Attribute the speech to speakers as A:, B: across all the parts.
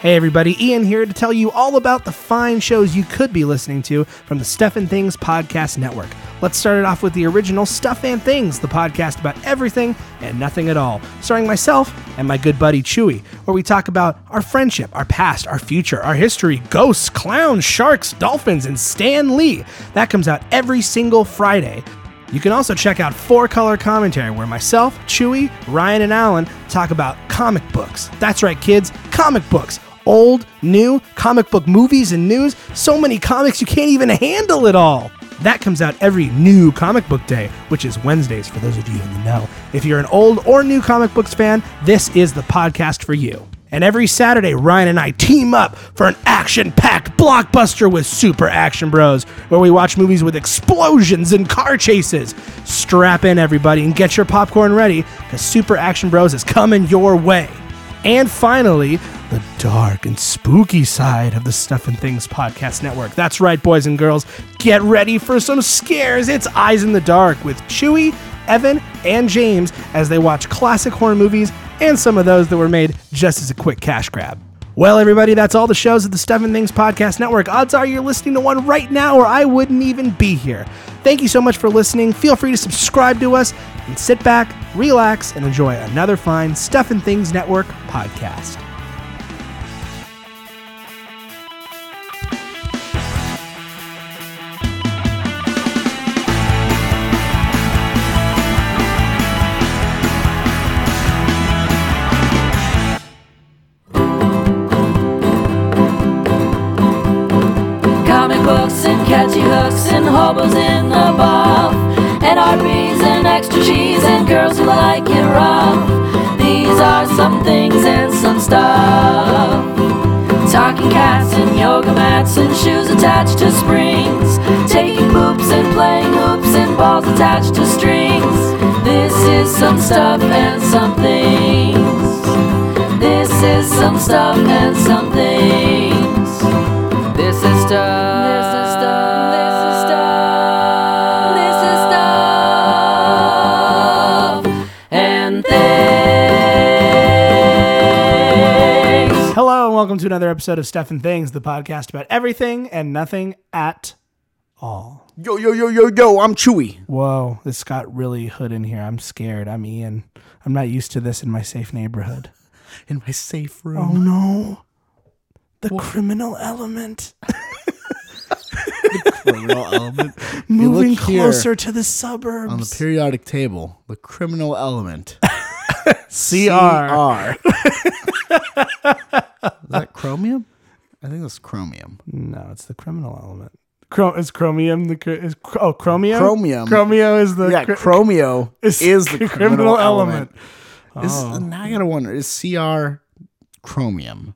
A: Hey everybody, Ian here to tell you all about the fine shows you could be listening to from the Stuff and Things Podcast Network. Let's start it off with the original Stuff and Things, the podcast about everything and nothing at all, starring myself and my good buddy Chewy, where we talk about our friendship, our past, our future, our history, ghosts, clowns, sharks, dolphins, and Stan Lee. That comes out every single Friday. You can also check out Four Color Commentary, where myself, Chewy, Ryan, and Alan talk about comic books. That's right, kids, comic books. Old, new, comic book movies and news, so many comics you can't even handle it all. That comes out every new comic book day, which is Wednesdays for those of you in the know. If you're an old or new comic books fan, this is the podcast for you. And every Saturday, Ryan and I team up for an action packed blockbuster with Super Action Bros, where we watch movies with explosions and car chases. Strap in, everybody, and get your popcorn ready, because Super Action Bros is coming your way. And finally, the dark and spooky side of the Stuff and Things Podcast Network. That's right, boys and girls. Get ready for some scares. It's Eyes in the Dark with Chewy, Evan, and James as they watch classic horror movies and some of those that were made just as a quick cash grab. Well, everybody, that's all the shows of the Stuff and Things Podcast Network. Odds are you're listening to one right now, or I wouldn't even be here. Thank you so much for listening. Feel free to subscribe to us and sit back, relax, and enjoy another fine Stuff and Things Network podcast.
B: Comic books and catchy hooks and hobos in the bath And RBs and extra cheese and girls who like it rough These are some things and some stuff Talking cats and yoga mats and shoes attached to springs Taking poops and playing hoops and balls attached to strings This is some stuff and some things This is some stuff and some things this is stuff. This is stuff. This is stuff. This is stuff. And things.
A: Hello, and welcome to another episode of Stuff and Things, the podcast about everything and nothing at all.
C: Yo, yo, yo, yo, yo, I'm Chewy.
A: Whoa, this got really hood in here. I'm scared. I'm Ian. I'm not used to this in my safe neighborhood.
C: In my safe
A: Oh
C: room.
A: no. The criminal element
C: criminal element.
A: moving
C: um, look here
A: closer to the suburbs.
C: On the periodic table, the criminal element.
A: CR.
C: CR. Is that chromium? I think that's chromium.
A: No, it's the criminal element. Chro- is chromium the cr- is cr- oh chromium
C: Chromium.
A: chromium is the
C: yeah,
A: cr-
C: chromio
A: is
C: is,
A: the
C: the
A: criminal Oh.
C: criminal, element. Is, Now I gotta wonder, is CR chromium?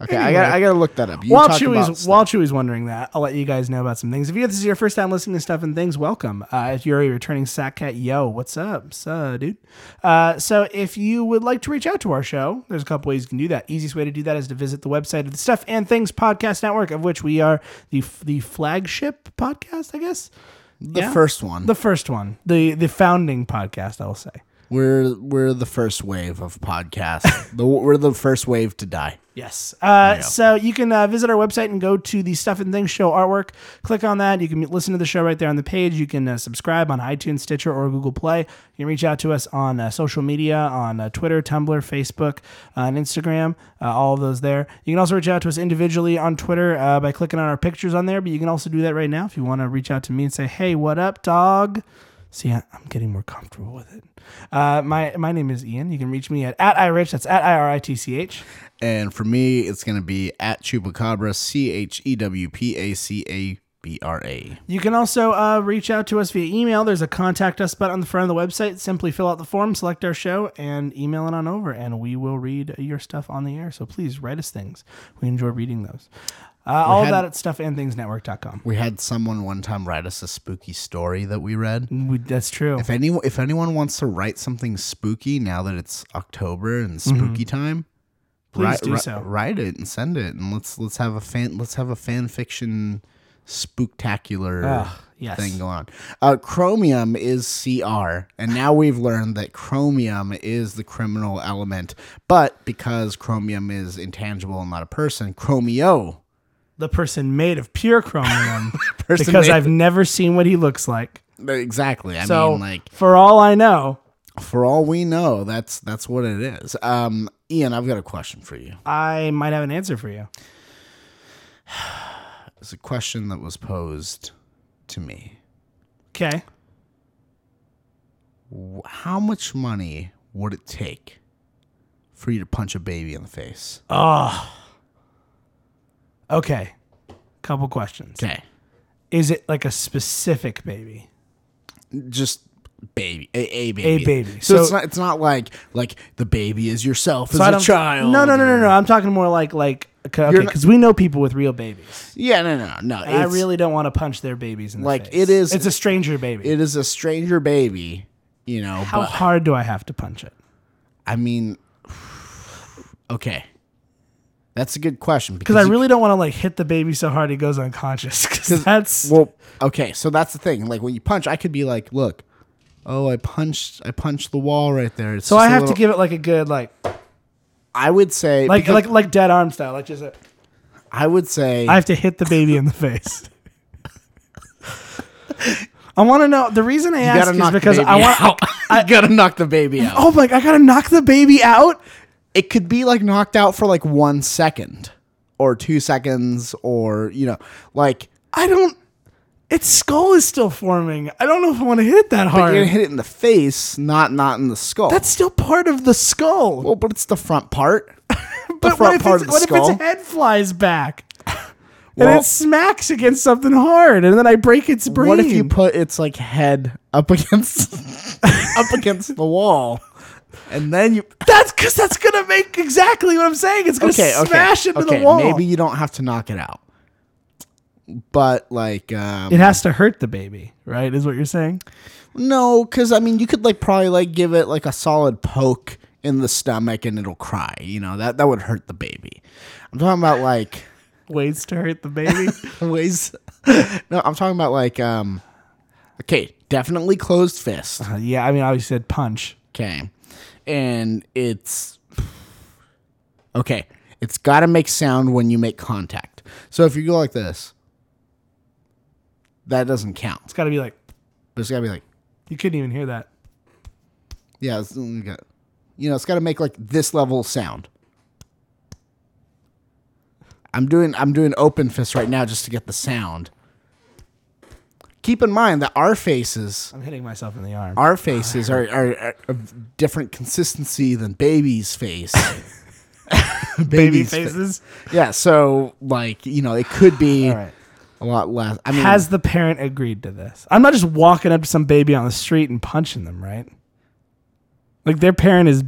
C: Okay, I gotta, I gotta look that up. You
A: while
C: talk about
A: Chewy's
C: stuff.
A: while Chewy's wondering that, I'll let you guys know about some things. If you this is your first time listening to stuff and things, welcome. Uh, if you're a returning sack cat, yo, what's up, so dude? Uh, so if you would like to reach out to our show, there's a couple ways you can do that. Easiest way to do that is to visit the website of the Stuff and Things Podcast Network, of which we are the f- the flagship podcast, I guess.
C: the
A: yeah.
C: first one,
A: The first one, the the founding podcast, I will say.
C: we're we're the first wave of podcasts. the, we're the first wave to die.
A: Yes. Uh, So you can uh, visit our website and go to the Stuff and Things Show artwork. Click on that. You can listen to the show right there on the page. You can uh, subscribe on iTunes, Stitcher, or Google Play. You can reach out to us on uh, social media on uh, Twitter, Tumblr, Facebook, uh, and Instagram. Uh, all of those there. You can also reach out to us individually on Twitter uh, by clicking on our pictures on there. But you can also do that right now if you want to reach out to me and say, "Hey, what up, dog?" See, I- I'm getting more comfortable with it. Uh, my my name is Ian. You can reach me at at irich. That's at i r i t c h.
C: And for me, it's going to be at Chupacabra, C H E W P A C A B R A.
A: You can also uh, reach out to us via email. There's a contact us button on the front of the website. Simply fill out the form, select our show, and email it on over, and we will read your stuff on the air. So please write us things. We enjoy reading those. Uh, all
C: had-
A: of that at stuffandthingsnetwork.com.
C: We had someone one time write us a spooky story that we read.
A: We, that's true.
C: If anyone, if anyone wants to write something spooky now that it's October and spooky time,
A: Mm-hmm. Please
C: write,
A: do
C: wri-
A: so.
C: Write it and send it, and let's let's have a fan let's have a fan fiction spooktacular
A: Ugh, Yes.
C: thing going on. Uh, chromium is CR, and now we've learned that chromium is the criminal element. But because chromium is intangible and not a person, chromio.
A: The person made of pure chromium.
C: person
A: because
C: made-
A: I've never seen what he looks like.
C: exactly. I
A: So,
C: mean, like
A: for all I know,
C: for all we know, that's that's what it is. Um, Ian, I've got a question for you.
A: I might have an answer for you.
C: It's a question that was posed to me.
A: Okay.
C: Wh- How much money would it take for you to punch a baby in the face?
A: Okay. Couple questions.
C: Okay,
A: Is it like a specific baby?
C: just baby, a, a baby,
A: A baby.
C: So, it's
A: So-
C: not it's not like like the baby is yourself
A: I
C: as a
A: don't-
C: child.
A: No, no, no,
C: or-
A: no, no. I'm talking more like like because
C: not-
A: we know people with real babies.
C: Yeah, no, no, no. no.
A: And I
C: it's-
A: really don't want to punch their babies in the
C: Like,
A: face.
C: it is-
A: It's a stranger baby.
C: it is a stranger baby. You know,
A: How
C: but
A: hard do I have to punch it?
C: I mean, okay, that's a good question because
A: Because I
C: you
A: really don't want to like hit the baby so hard he goes unconscious. Because that's
C: Well, okay, so that's the thing. Like when you punch, I could be like, "Look, oh, I punched, I punched the wall right there." It's
A: so
C: just
A: I
C: a
A: have
C: little-
A: to give it like a good like
C: I would say,
A: like
C: because
A: like like dead arm style. Like just a,
C: I would say,
A: I have to hit the baby in the face. I want to know the reason I
C: you
A: ask
C: gotta
A: is
C: knock
A: because
C: the baby
A: I want.
C: out. you gotta knock the baby out.
A: Oh my! I gotta knock the baby out.
C: It could be like knocked out for like one second or two seconds, or you know, like
A: I don't. Its skull is still forming. I don't know if I want to hit it that
C: but you're
A: hard.
C: gonna hit it in the face, not not in the skull.
A: That's still part of the skull.
C: well, but it's the front part.
A: but
C: front
A: what, if,
C: part
A: its,
C: of the
A: what if its
C: skull.
A: head flies back? and
C: Well-
A: it smacks against something hard, and then I break its brain.
C: What if you put its like head up against up against the wall, and then you
A: That's because that's gonna make exactly what I'm saying. It's gonna smash into the wall.
C: Maybe you don't have to knock it out, but like um,
A: it has to hurt the baby, right? Is what you're saying?
C: no, because I mean you could like probably like give it like a solid poke in the stomach and it'll cry. You know that that would hurt the baby. I'm talking about like
A: Ways to hurt the baby.
C: ways. no, I'm talking about like um. Okay, definitely closed fist.
A: Uh, yeah, I mean, I always said punch.
C: Okay. And it's okay. It's got to make sound when you make contact. So if you go like this, that doesn't count.
A: It's got to be like
C: But it's got to be like,
A: you couldn't even hear that.
C: yeah, it's, you got- you know, it's got to make like this level sound. I'm doing I'm doing open fist right now just to get the sound. Keep in mind that our faces
A: I'm hitting myself in the arm.
C: our faces are, are, are of different consistency than baby's face.
A: baby
C: Baby's fa-
A: faces.
C: yeah, so like you know, it could be
A: All right.
C: a lot less. I mean,
A: Has the parent agreed to this? I'm not just walking up to some baby on the street and punching them, right? Like their parent is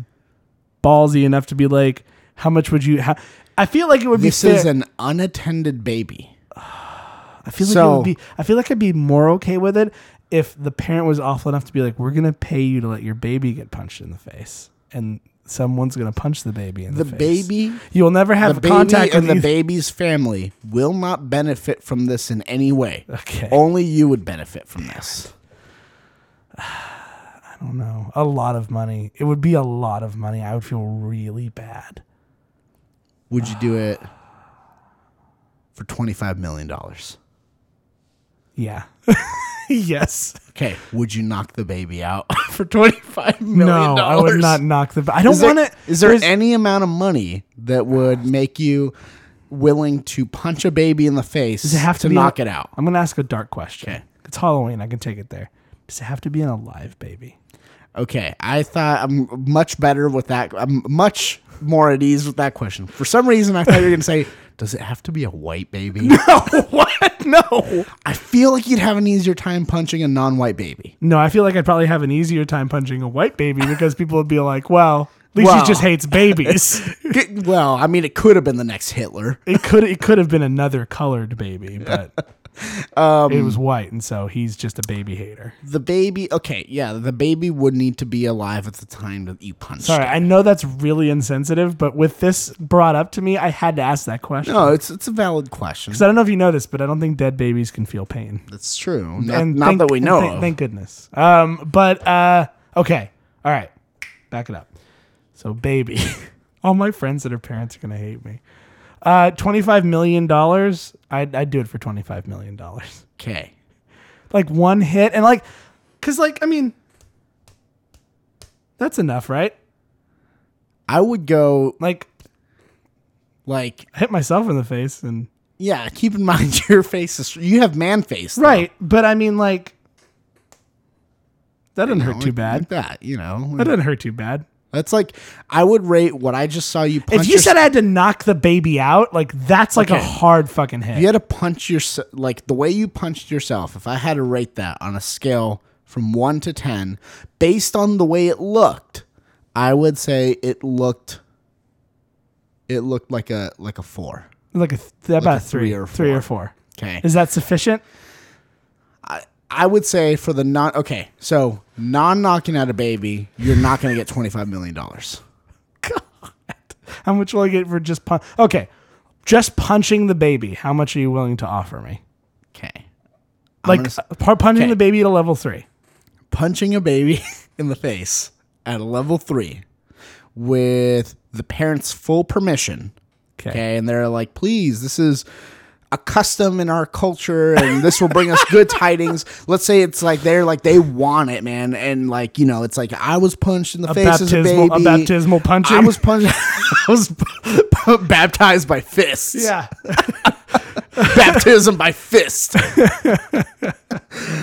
A: ballsy enough to be like, "How much would you?" How? I feel like it would
C: this
A: be fair.
C: is an unattended baby.
A: I feel like it
C: so-
A: would be. I feel like I'd be more okay with it if the parent was awful enough to be like, "We're gonna pay you to let your baby get punched in the face," and someone's gonna punch the baby in the,
C: The
A: face.
C: baby,
A: You'll never
C: the
A: have
C: baby,
A: contact with
C: and the
A: the baby.
C: baby's family will not benefit from this in any way.
A: Okay.
C: Only you would benefit from this.
A: I don't know. Oh, A lot of money. It would be a lot of money. I would feel really bad.
C: Would you do it for twenty five million dollars?
A: Yeah. yes.
C: Okay. Would you knock the baby out for twenty five million
A: No,
C: dollars?
A: I would not knock the. I don't
C: Is there-
A: want to.
C: Is there any amount of money that would make you willing to punch a baby in the face
A: Does it have to, be
C: knock
A: an-
C: it out?
A: I'm gonna ask a dark question.
C: Okay.
A: It's Halloween. I can take it there. Does it have to be an alive baby?
C: Okay, I thought I'm much better with that. I'm much more at ease with that question. For some reason, I thought you were going to say, "Does it have to be a white baby?"
A: what? No.
C: I feel like you'd have an easier time punching a non-white baby.
A: No, I feel like I'd probably have an easier time punching a white baby because people would be like, "Well, at least
C: Well.
A: he just hates babies."
C: G- well, I mean, it could have been the next Hitler.
A: it could it could have been another colored baby, but
C: Um,
A: it was white, and so he's just a baby hater.
C: The baby, okay, yeah, the baby would need to be alive at the time that you punched.
A: Sorry, I know that's really insensitive, but with this brought up to me, I had to ask that question.
C: No, it's it's a valid question.
A: 'Cause I don't know if you know this, but I don't think dead babies can feel pain.
C: That's true. Not,
A: And
C: not
A: thank-
C: that we
A: and
C: know
A: thank-
C: of.
A: Thank goodness. Um, but uh, okay, all right, back it up. So, baby, all my friends that are parents are gonna hate me. Uh, twenty-five million dollars. I'd, I'd do it for twenty-five million dollars.
C: okay.
A: Like one hit, and like, cause like I mean, that's enough, right?
C: I would go
A: Like,
C: like
A: I hit myself in the face, and
C: yeah. Keep in mind your face is you have man face. though.
A: right. But I mean, like, that doesn't
C: You know,
A: hurt too
C: like-
A: bad.
C: like that you know.
A: That doesn't hurt too bad.
C: That's like I would rate what I just saw you punch.
A: If you
C: your-
A: said I had to knock the baby out, like that's like a
C: Okay.
A: hard fucking hit.
C: if you had to punch your like the way you punched yourself, if I had to rate that on a scale from one to ten, based on the way it looked, I would say it looked it looked like a like a four.
A: Like a th- about
C: a
A: three,
C: three or
A: three or
C: four.
A: four.
C: Okay.
A: Is that sufficient?
C: I would say for the non okay, so non knocking out a baby, you're not gonna get twenty five million dollars.
A: How much will I get for just pun? Okay, just punching the baby. How much are you willing to offer me?
C: Okay.
A: Like
C: gonna s-
A: uh, pu- punching
C: Okay.
A: the baby at a level three.
C: punching a baby in the face at a level three with the parents' full permission.
A: 'Kay.
C: Okay. And they're like, please, this is a custom in our culture and this will bring us good tidings. Let's say it's like they're like, they want it, man. And like, you know, it's like, I was punched in the face as a
A: baptismal-
C: baby.
A: a baptismal punching?
C: I was punched. I was baptized by fists.
A: Yeah,
C: Baptism by fist.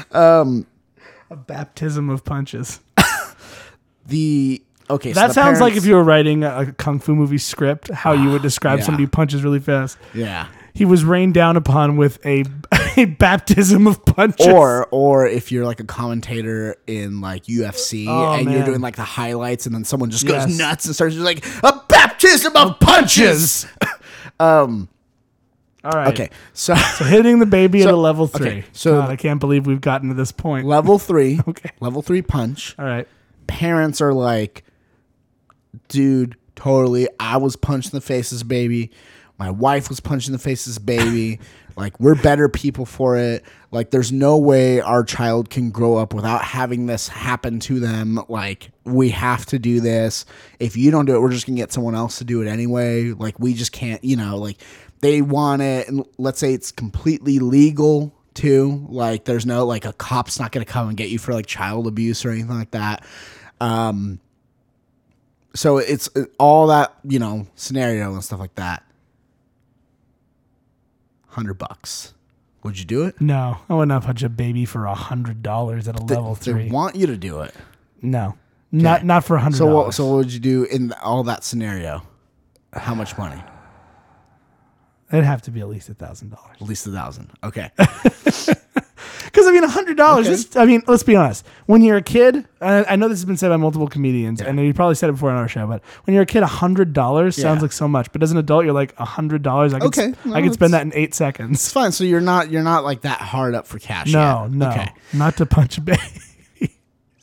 A: a baptism of punches.
C: The. Okay. so
A: That
C: the
A: sounds like
C: parents-
A: if you were writing a, a kung fu movie script, how you would describe
C: Yeah.
A: somebody who punches really fast.
C: Yeah.
A: He was rained down upon with a, a baptism of punches.
C: or or if you're like a commentator in like UFC
A: Oh,
C: and you're
A: man.
C: doing like the highlights and then someone just
A: Yes.
C: goes nuts and starts just like a baptism of punches.
A: all right.
C: Okay, so
A: hitting the baby at
C: So-
A: a level three.
C: okay, so-
A: God, I can't believe we've gotten to this point.
C: level three,
A: Okay.
C: level three punch.
A: All right.
C: Parents are like, dude, totally. I was punched in the face as a baby. My wife was punched in the face as a baby. like we're better people for it. Like there's no way our child can grow up without having this happen to them. Like we have to do this. If you don't do it, we're just gonna get someone else to do it anyway. Like we just can't. You know, like they want it, and let's say it's completely legal too. Like there's no like a cop's not gonna come and get you for like child abuse or anything like that Um, so it's uh, all that you know scenario and stuff like that. Hundred bucks, would you do it?
A: No, I would not punch a baby for a hundred dollars at a level
C: They
A: three.
C: want you to do it.
A: no, not not for a hundred.
C: So what?
A: dollars.
C: So what would you do in all that scenario? How much money?
A: it'd have to be at least a thousand dollars.
C: At least a thousand. Okay.
A: Because I mean, a hundred dollars.
C: Okay.
A: I mean, let's be honest. When you're a kid, I, I know this has been said by multiple comedians, and you probably said it before on our show. But when you're a kid, a hundred dollars sounds
C: Yeah.
A: like so much. But as an adult, you're like a hundred dollars. I could,
C: Okay, no,
A: I could spend that
C: that's-
A: in eight seconds.
C: It's fine. So you're not you're not like that hard up for cash.
A: No,
C: yet.
A: no,
C: Okay.
A: not to punch a baby.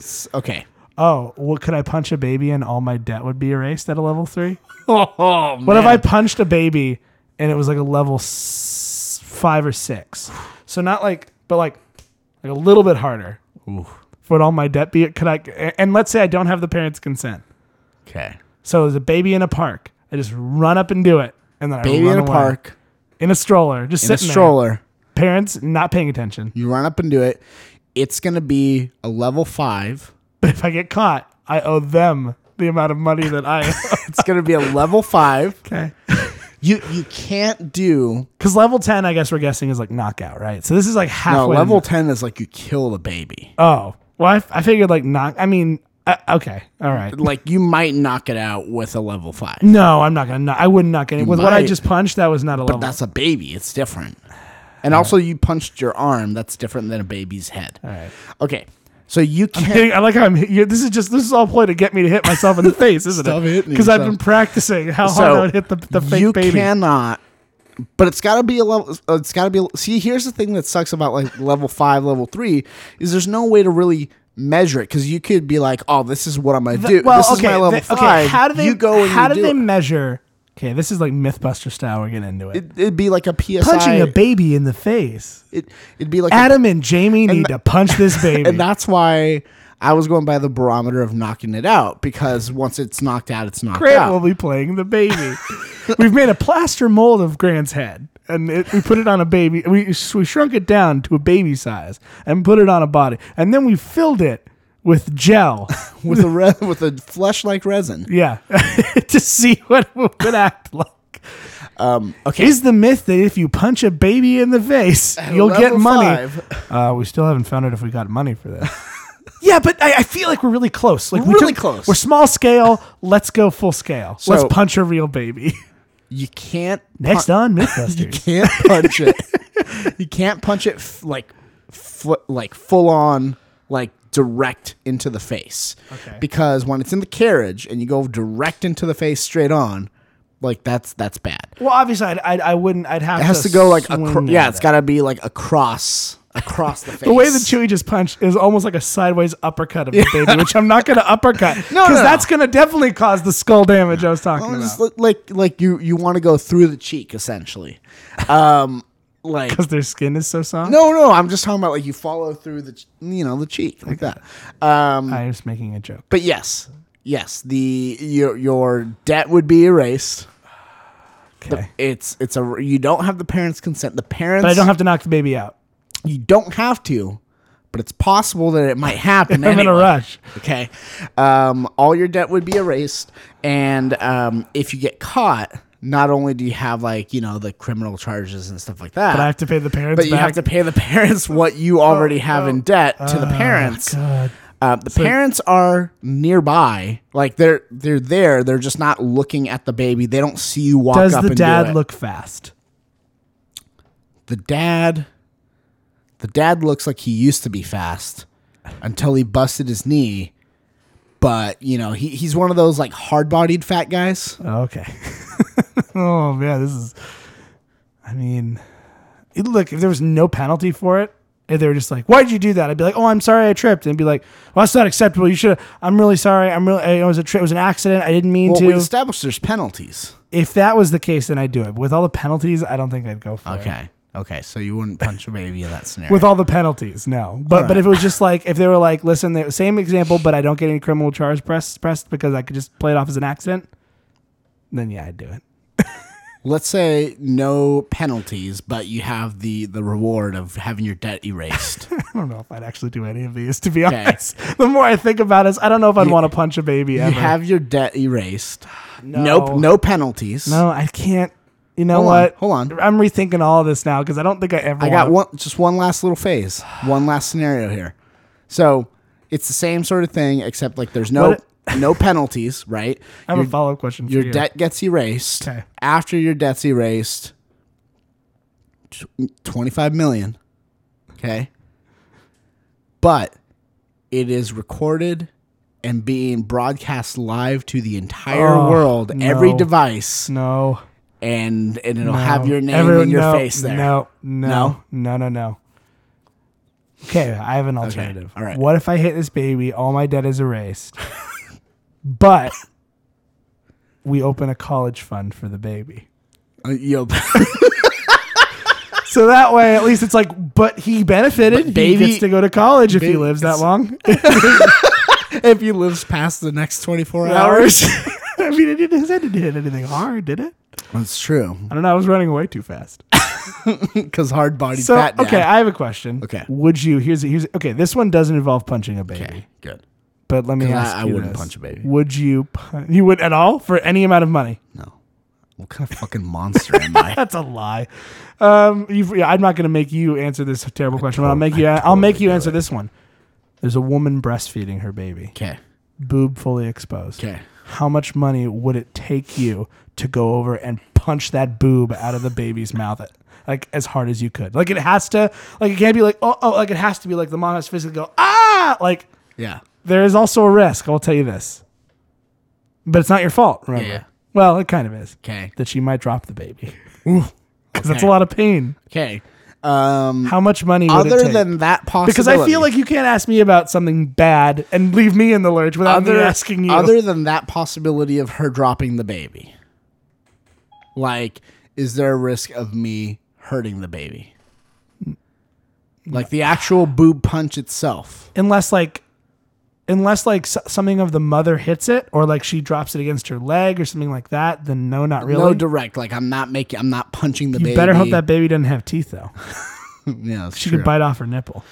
C: S- Okay.
A: Oh, well, could I punch a baby and all my debt would be erased at a level three?
C: Oh,
A: What if I punched a baby and it was like a level s- five or six? So not like, but like, like a little bit harder. Would all my debt be? Could I? And let's say I don't have the parents' consent.
C: Okay.
A: So there's a baby in a park. I just run up and do it, and then I
C: Baby
A: run
C: in a
A: away.
C: park
A: in a stroller, just
C: in a
A: sitting there.
C: stroller.
A: Parents not paying attention.
C: You run up and do it. It's gonna be a level five.
A: But if I get caught, I owe them the amount of money that I.
C: It's gonna be a level five.
A: okay.
C: You you can't do
A: Because level ten, I guess we're guessing is like knockout, right? So this is like halfway.
C: no
A: to
C: level ten is like you kill the baby.
A: Oh, well, I, f- I figured like knock. I mean, I, okay, all right.
C: Like you might knock it out with a level five.
A: No, I'm not gonna. Knock, I wouldn't knock any. With what I
C: might.
A: just punched, that was not a level.
C: That's a baby. It's different. And also, you punched your arm. That's different than a baby's head.
A: all right.
C: Okay, so you can't.
A: Hey, I like how I'm. hit- you- This is just. This is all play to get me to hit myself in the face, isn't
C: Stop
A: it?
C: hitting
A: Because I've been
C: yourself.
A: practicing how hard I would hit the, the fake
C: you
A: baby.
C: cannot but it's got to be a level. uh, It's got to be. See, here's the thing that sucks about like level five, level three is there's no way to really measure it because you could be like, oh, this is what I'm gonna do.
A: well,
C: this
A: okay,
C: is my level
A: th-
C: five.
A: okay. How do they?
C: You go and
A: how do
C: you do
A: they
C: it.
A: measure? Okay, this is like MythBuster style. We're getting into it.
C: It, would be like a PSI.
A: Punching a baby in the face.
C: It, it'd be like a-
A: Adam and Jamie need to punch this baby.
C: and that's why I was going by the barometer of knocking it out because once it's knocked out, it's knocked
A: Grant
C: out.
A: will be playing the baby. We've made a plaster mold of Grant's head, and it, we put it on a baby. We we shrunk it down to a baby size and put it on a body, and then we filled it with gel.
C: with a re- with a flesh like resin.
A: Yeah, to see what it would act like.
C: Um, okay,
A: Is the myth that if you punch a baby in the face, you'll get
C: level
A: money?
C: five.
A: Uh, we still haven't found out if we got money for this. yeah, but I, I feel like we're really close. Like we
C: Really close.
A: We're small scale. Let's go full scale. Let's
C: So-
A: punch a real baby.
C: You can't
A: Next
C: pun-
A: on
C: You
A: MythBusters.
C: can't punch it. you can't punch it f- like fl- like full on like direct into the face.
A: Okay.
C: Because when it's in the carriage and you go direct into the face straight on, like that's that's bad.
A: well, obviously, I'd, I'd, I wouldn't. I'd have.
C: It has to go like
A: swing
C: acro- yeah,
A: at
C: it's got to be like across across the face.
A: The way that Chewie just punched is almost like a sideways uppercut of the baby, which I'm not going to uppercut because
C: no, no.
A: that's going to definitely cause the skull damage I was talking
C: Well,
A: about.
C: just li- like like you you want to go through the cheek essentially. Um like
A: Because their skin is so soft.
C: no, no, I'm just talking about like you follow through the ch- you know, the cheek like that. Um
A: I was making a joke.
C: But yes, yes, the your your debt would be erased. The-
A: Okay.
C: it's it's a you don't have the parents' consent. The parents
A: But I don't have to knock the baby out.
C: you don't have to, but it's possible that it might happen.
A: I'm in a
C: anyway.
A: rush.
C: Okay, um, all your debt would be erased, and um, if you get caught, not only do you have like you know the criminal charges and stuff like that,
A: But I have to pay the parents
C: but you have
A: back. Oh,
C: to pay the parents what you already have in debt to the parents.
A: God.
C: Uh, the parents are nearby, like they're they're there. They're just not looking at the baby. They don't see you walk
A: Does
C: up.
A: the
C: and do
A: dad
C: it.
A: look fast?
C: The dad, the dad looks like he used to be fast, until he busted his knee. But you know, he, he's one of those like hard bodied fat guys.
A: Okay. oh man, this is. I mean, it- look, if there was no penalty for it, if they were just like, "Why'd you do that?" I'd be like, "Oh, I'm sorry, I tripped," and be like, "Well, that's not acceptable. You should. I'm really sorry. I'm really. It was a trip. It was an accident. I didn't mean
C: Well, we
A: to."
C: established there's penalties.
A: if that was the case, then I'd do it. But with all the penalties, I don't think I'd go for it.
C: Okay, okay. So you wouldn't punch a baby in that scenario.
A: With all the penalties, no. But but if it was just like if they were like, listen, the same example, but I don't get any criminal charge pressed pressed because I could just play it off as an accident, then yeah, I'd do it.
C: let's say no penalties, but you have the the reward of having your debt erased.
A: I don't know if I'd actually do any of these, to be
C: Okay.
A: honest. The more I think about it, I don't know if I'd want to punch a baby ever.
C: You have your debt erased.
A: No.
C: Nope. No penalties.
A: no, I can't. You know
C: Hold on,
A: what?
C: hold on.
A: I'm rethinking all this now because I don't think I ever.
C: I got
A: wanna-
C: one. Just one last little phase. One last scenario here. So it's the same sort of thing, except like there's no
A: What
C: no penalties, right?
A: I have
C: your
A: a follow up question. For
C: your
A: you.
C: debt gets erased.
A: Okay.
C: After your debt's erased, tw- twenty-five million. Okay. But it is recorded and being broadcast live to the entire
A: Oh,
C: world, every
A: no.
C: device,
A: No.
C: and and it'll have
A: no.
C: your name
A: Everyone-
C: and your
A: no,
C: face there.
A: No, no,
C: No?
A: no, no, no, Okay, I have an alternative.
C: all right.
A: What if I hit this baby? All my debt is erased, but we open a college fund for the baby.
C: Uh, you'll-
A: So that way, at least it's like, but he benefited.
C: But baby-
A: he gets to go to college if he
C: baby-
A: lives that long.
C: if he lives past the next 24 hours.
A: Hours. I mean, it didn't, it didn't hit anything hard, did it?
C: That's true.
A: I don't know. I was running away too fast.
C: Because hard bodied
A: So
C: fat dad.
A: okay, I have a question.
C: Okay.
A: would you? Here's here's okay. This one doesn't involve punching a baby,
C: okay, good.
A: but let me
C: 'Cause I-
A: ask
C: I
A: you
C: wouldn't
A: this.
C: punch a baby.
A: Would you? Pun- you would at all for any amount of money?
C: No. What kind of fucking monster am I?
A: That's a lie. Um, you've, yeah, I'm not going to make you answer this terrible question, but I'll
C: tot-
A: make
C: I
A: you. I'll
C: totally
A: make you
C: do
A: answer
C: it.
A: this one. There's a woman breastfeeding her baby,
C: Okay.
A: boob fully exposed.
C: Okay.
A: how much money would it take you to go over and punch that boob out of the baby's mouth like as hard as you could like it has to like it can't be like oh, oh like it has to be like the mom has to physically go ah like
C: Yeah.
A: there is also a risk i'll tell you this but it's not your fault remember
C: Yeah.
A: well it kind of is
C: Okay.
A: that she might drop the baby because that's a lot of pain.
C: Okay. Um,
A: How much money? Would it
C: other
A: take?
C: than that possibility,
A: because I feel like you can't ask me about something bad and leave me in the lurch without me asking you.
C: Other than that possibility of her dropping the baby, like, is there a risk of me hurting the baby? Like the actual boob punch itself.
A: unless like unless like s- something of the mother hits it or like she drops it against her leg or something like that then no not really
C: No direct. Like I'm not making. I'm not punching the
A: you
C: baby.
A: better hope that baby doesn't have teeth though
C: Yeah, that's
A: she
C: true.
A: could bite off her nipple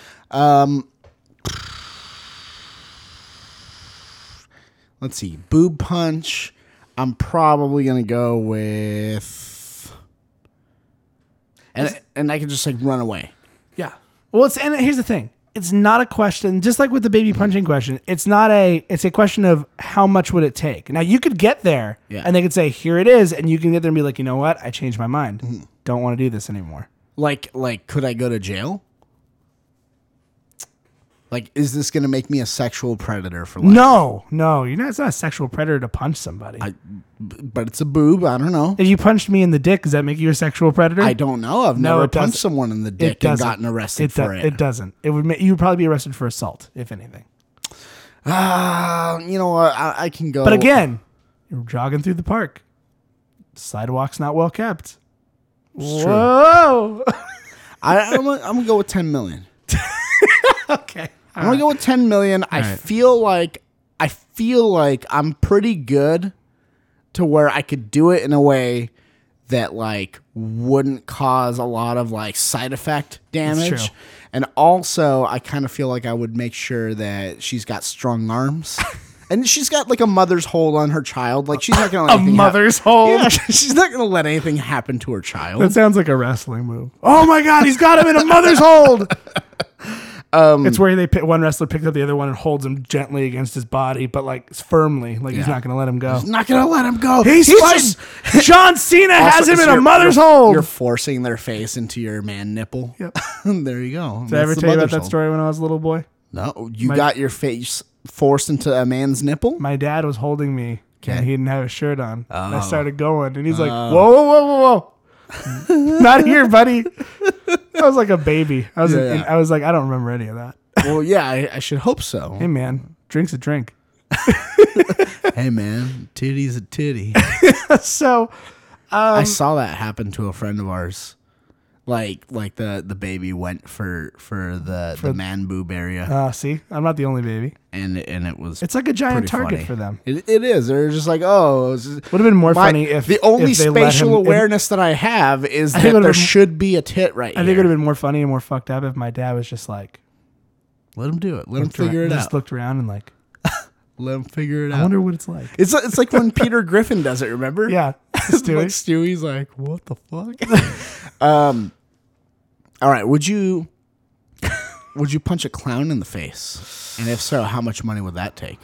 C: Let's see. Boob punch. I'm probably gonna go with. And, and I can just like run away.
A: yeah well it's and here's the thing it's not a question just like with the baby punching question it's not a it's a question of how much would it take now you could get there
C: Yeah.
A: and they could say here it is and you can get there and be like you know what i changed my mind
C: Mm-hmm.
A: don't want to do this anymore
C: Like like could I go to jail? Like is this going to make me a sexual predator for life?
A: no no you're not it's not a sexual predator to punch somebody
C: I- b- but it's a boob, I don't know.
A: if you punched me in the dick does that make you a sexual predator
C: I don't know. I've
A: No,
C: never
A: it doesn't.
C: punched someone in the dick and
A: doesn't.
C: gotten arrested
A: do-
C: for it.
A: It doesn't. It would make, you would probably be arrested for assault, if anything.
C: Ah, you know what? I, I can go
A: But again, you're jogging through the park. Sidewalk's not well kept.
C: true.
A: Whoa.
C: I I'm gonna, I'm going to go with 10 million.
A: okay.
C: I'm going to go with 10 million. I
A: right.
C: feel like I feel like I'm pretty good to where I could do it in a way that like wouldn't cause a lot of like side effect damage.
A: true.
C: And also, I kind of feel like I would make sure that she's got strong arms. and she's got like a mother's hold on her child. Like she's not going to
A: A mother's hold.
C: Yeah, she's not going to let anything happen to her child.
A: That sounds like a wrestling move. Oh my God, he's got him in a mother's hold. Um, it's where they pick, one wrestler picks up the other one and holds him gently against his body, but like firmly, like he's
C: Yeah.
A: not going to let him go.
C: not going to let him go.
A: He's,
C: just-
A: fighting. John Cena has
C: Also,
A: him
C: so
A: in a
C: you're-
A: mother's
C: you're-
A: hold.
C: You're forcing their face into your man nipple.
A: Yep.
C: there you go.
A: Did I ever tell you about that story when I was a little boy?
C: No, you
A: My-
C: got your face forced into a man's nipple.
A: my dad was holding me and
C: Okay.
A: he didn't have a shirt on. And
C: Oh.
A: I started going and he's like, whoa, whoa, whoa, whoa, whoa. Not here, buddy. I was like a baby. I was
C: Yeah,
A: in-
C: yeah.
A: I was like, I don't remember any of that.
C: well, yeah, I, I should hope so.
A: Hey man, drink's a drink.
C: hey, man, titty's a titty.
A: So
C: I
A: Um,
C: saw that happen to a friend of ours. Like, like the the baby went for for the the man boob area,
A: uh see, I'm not the only baby.
C: and and it was
A: It's like a giant
C: pretty
A: target
C: funny.
A: for them.
C: It, it is. They're just like, oh, it's just-
A: Would have been more
C: My-
A: funny if
C: the only
A: if they let
C: spatial
A: him- if-
C: awareness that I have is
A: think
C: that
A: it would've
C: there
A: been-
C: should be a tit right
A: I
C: here.
A: think it would have been more funny and more fucked up if my dad was just like
C: Let him do it. Let him
A: looked around-
C: figure it
A: just
C: out.
A: looked around and like,
C: Let him figure it
A: I
C: out.
A: wonder what it's like.
C: It's it's like when Peter Griffin does it. Remember?
A: Yeah.
C: like
A: Stewie.
C: Stewie's like, what the fuck? um, all right. Would you would you punch a clown in the face? And if so, how much money would that take?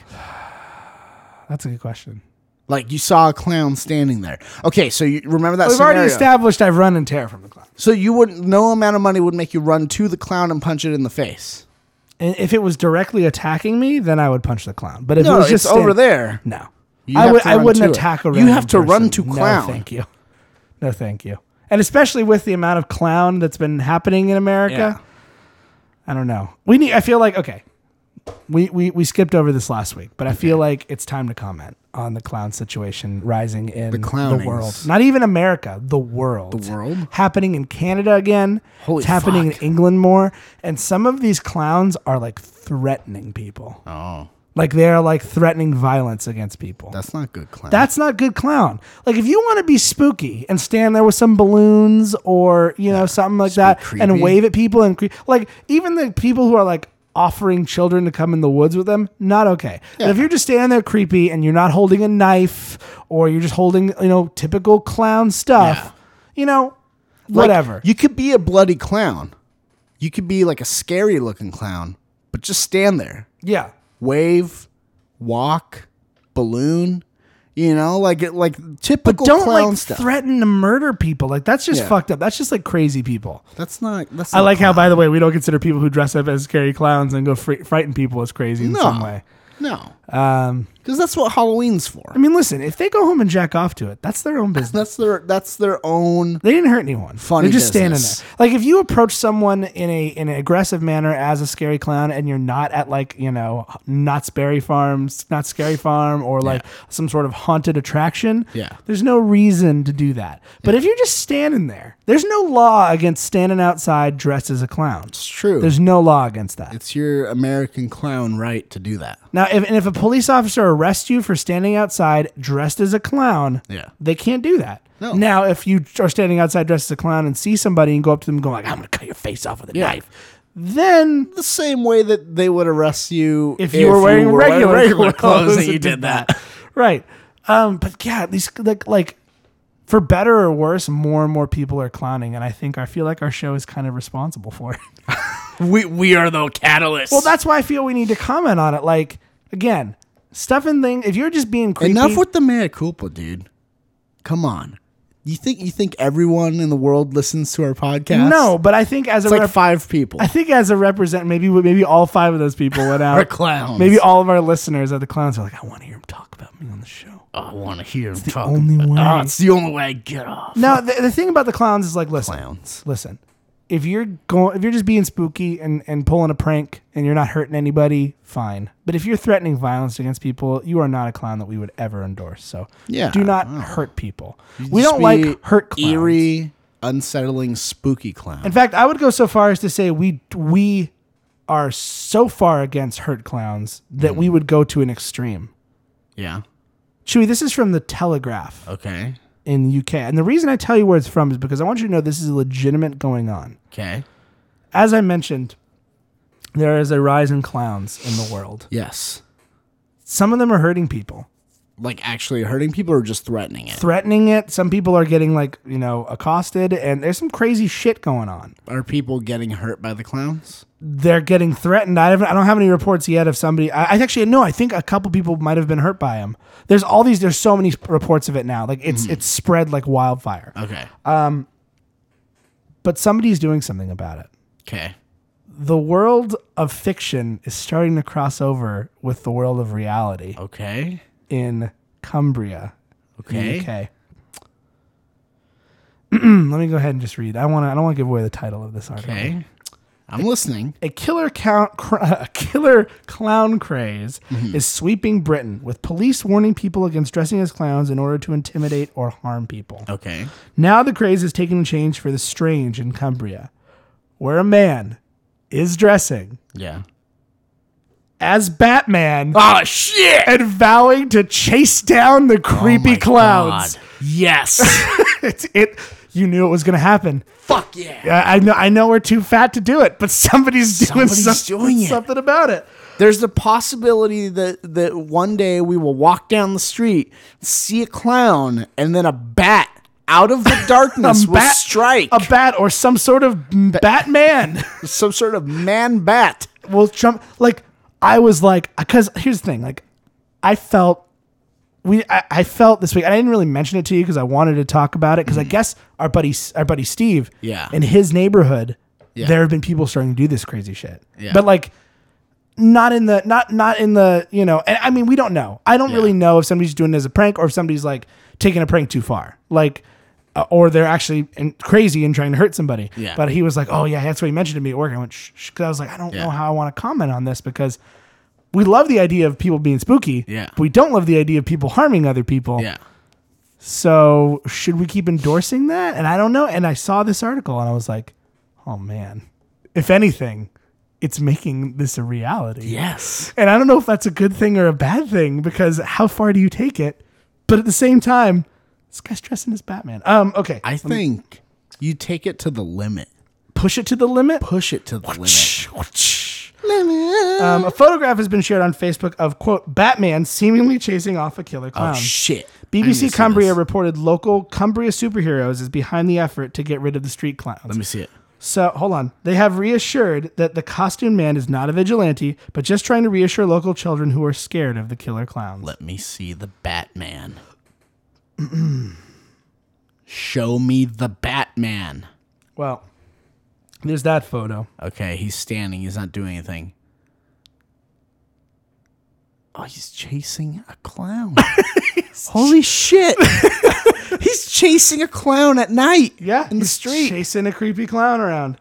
A: That's a good question.
C: Like you saw a clown standing there. Okay, so you remember that
A: We've already
C: scenario.
A: established I've run in terror from the clown.
C: so you wouldn't. No amount of money would make you run to the clown and punch it in the face.
A: And if it was directly attacking me, then I would punch the clown. But if
C: No,
A: it was
C: it's
A: just
C: over
A: stand-
C: there.
A: no,
C: You
A: I
C: have
A: would.
C: to
A: I
C: run
A: wouldn't
C: to it.
A: attack a.
C: You
A: random
C: have to run
A: person.
C: to
A: No,
C: clown.
A: thank you. No, thank you. And especially with the amount of clown that's been happening in America, I don't know. We need. I feel like okay. We, we, we skipped over this last week, but I feel like it's time to comment on the clown situation rising in the,
C: clownings.
A: world. Not even America, the world.
C: The world?
A: Happening in Canada again.
C: Holy
A: it's happening
C: fuck.
A: in England more. And some of these clowns are like threatening people.
C: Oh,
A: Like they're like threatening violence against people. That's,
C: that's not good clown.
A: not good clown. Like if you want to be spooky and stand there with some balloons or you know something like that and
C: creepy.
A: wave at people and cre- like even the people who are like offering children to come in the woods with them, not okay. But if you're just standing there creepy and you're not holding a knife or you're just holding you know typical clown stuff, you know,
C: Like,
A: whatever.
C: You could be a bloody clown. You could be like a scary looking clown, but just stand there.
A: yeah.
C: Wave, walk, balloon, you know, like it like typical
A: Don't
C: clown
A: like
C: stuff.
A: threaten to murder people. Like that's just
C: Yeah.
A: fucked up. That's just like crazy people.
C: that's not that's
A: I
C: not
A: like how,
C: clown.
A: by the way, we don't consider people who dress up as scary clowns and go fr- frighten people as crazy in some way.
C: No.
A: Um,
C: because that's what Halloween's for.
A: I mean, listen, if they go home and jack off to it, that's their own business.
C: That's their that's their own.
A: They didn't hurt anyone.
C: Funny
A: They're just
C: business.
A: standing there. Like if you approach someone in a in an aggressive manner as a scary clown, and you're not at like you know Knott's Berry Farms, not Scary Farm, or like some sort of haunted attraction.
C: Yeah.
A: There's no reason to do that. But if you're just standing there, there's no law against standing outside dressed as a clown.
C: It's true.
A: There's no law against that.
C: it's your American clown right to do that.
A: Now, if and if a police officer arrests you for standing outside dressed as a clown,
C: Yeah.
A: they can't do that.
C: No.
A: Now, if you are standing outside dressed as a clown and see somebody and go up to them and go like, "I'm going to cut your face off with a
C: Yeah.
A: knife," then
C: The same way that they would arrest you
A: if you were wearing regular, clothes,
C: and
A: and
C: you did that.
A: right? Um, but yeah, at least like like for better or worse, more and more people are clowning, and I think I feel like our show is kind of responsible for it.
C: We we are the catalyst.
A: well, that's why I feel we need to comment on it. Like again, stuff and thing. If you're just being creepy,
C: Enough with the mea culpa, dude. Come on. You think you think everyone in the world listens to our podcast?
A: No, but I think as a
C: it's like
A: rep-
C: five people.
A: I think as a represent, maybe maybe all five of those people went out.
C: Are clowns.
A: Maybe all of our listeners at the clowns are like, I want to hear him talk about me on the show.
C: I want to hear them talk.
A: only
C: about-
A: way.
C: Ah, it's the only way I get off.
A: Now the, the thing about the clowns is like, listen,
C: Clowns.
A: listen. If you're going, if you're just being spooky and and pulling a prank and you're not hurting anybody, fine. But if you're threatening violence against people, you are not a clown that we would ever endorse. So
C: Yeah,
A: do not
C: wow.
A: hurt people. we
C: Just
A: don't
C: be
A: like hurt clowns.
C: eerie, unsettling, spooky clown.
A: In fact, I would go so far as to say we we are so far against hurt clowns that we would go to an extreme.
C: yeah.
A: Chewy, this is from the Telegraph
C: Okay.
A: in the UK. And the reason I tell you where it's from is because I want you to know this is legitimate going on.
C: Okay.
A: As I mentioned, there is a rise in clowns in the world.
C: Yes.
A: Some of them are hurting people,
C: Like actually hurting people or just threatening it?
A: threatening it. Some people are getting like, you know, accosted and there's some crazy shit going on.
C: Are people getting hurt by the clowns?
A: They're getting threatened. I haven't I don't have any reports yet of somebody I, I actually no, I think a couple people might have been hurt by them. There's all these there's so many reports of it now. Like it's
C: Hmm.
A: it's spread like wildfire.
C: Okay.
A: But somebody's doing something about it.
C: Okay.
A: the world of fiction is starting to cross over with the world of reality
C: Okay.
A: in Cumbria, in the
C: Okay.
A: UK. Let me go ahead and just read. I want to. I don't want to give away the title of this article.
C: Okay. I'm listening.
A: A killer count, cr- a killer clown craze
C: Mm-hmm.
A: is sweeping Britain, with police warning people against dressing as clowns in order to intimidate or harm people.
C: Okay.
A: Now the craze has taken a change for the strange in Cumbria, where a man is dressing
C: Yeah.
A: as Batman
C: Oh shit!
A: and vowing to chase down
C: Oh
A: the creepy clowns.
C: Yes.
A: It's it. You knew it was going to happen.
C: Fuck yeah.
A: I, I know. I know we're too fat to do it, but somebody's doing,
C: Somebody's
A: something,
C: doing it.
A: something about it.
C: There's the possibility that that one day we will walk down the street, see a clown, and then a bat out of the darkness will
A: bat-
C: strike.
A: A bat or some sort of Batman
C: some sort of man bat.
A: will jump. Like I was like, because here's the thing. Like I felt. We, I, I felt this week. I didn't really mention it to you because I wanted to talk about it because I guess our buddy, our buddy Steve,
C: Mm-hmm. Yeah.
A: in his neighborhood,
C: Yeah.
A: there have been people starting to do this crazy shit.
C: Yeah.
A: But like not in the not not in the, you know, and I mean we don't know. I don't really know if somebody's doing it as a prank or if somebody's like taking a prank too far. Like uh, or they're actually in, crazy and trying to hurt somebody.
C: Yeah.
A: But he was like, "Oh yeah, that's what he mentioned to me at work." I went, "Shh," shh," 'cause I was like, "I don't
C: Yeah.
A: know how I want to comment on this because we love the idea of people being spooky.
C: Yeah.
A: But we don't love the idea of people harming other people. So should we keep endorsing that? And I don't know. And I saw this article and I was like, oh man, if anything, it's making this a reality.
C: Yes.
A: And I don't know if that's a good thing or a bad thing because how far do you take it? But at the same time, this guy's dressing as Batman. Um, okay.
C: I think you take it to the limit.
A: push it to the limit.
C: Push it to the limit.
A: Um, a photograph has been shared on Facebook of quote Batman seemingly chasing off a killer clown.
C: Oh shit. I need to
A: BBC
C: see this.
A: Cumbria reported local Cumbria superheroes is behind the effort to get rid of the street clowns.
C: Let me see it.
A: So hold on. They have reassured that the costume man is not a vigilante, but just trying to reassure local children who are scared of the killer clowns.
C: Let me see the Batman. Show me the Batman.
A: Well, there's that photo.
C: Okay, he's standing. He's not doing anything. Oh, he's chasing a clown. Holy shit. he's chasing a clown at night.
A: Yeah,
C: In the
A: he's
C: street.
A: chasing a creepy clown around.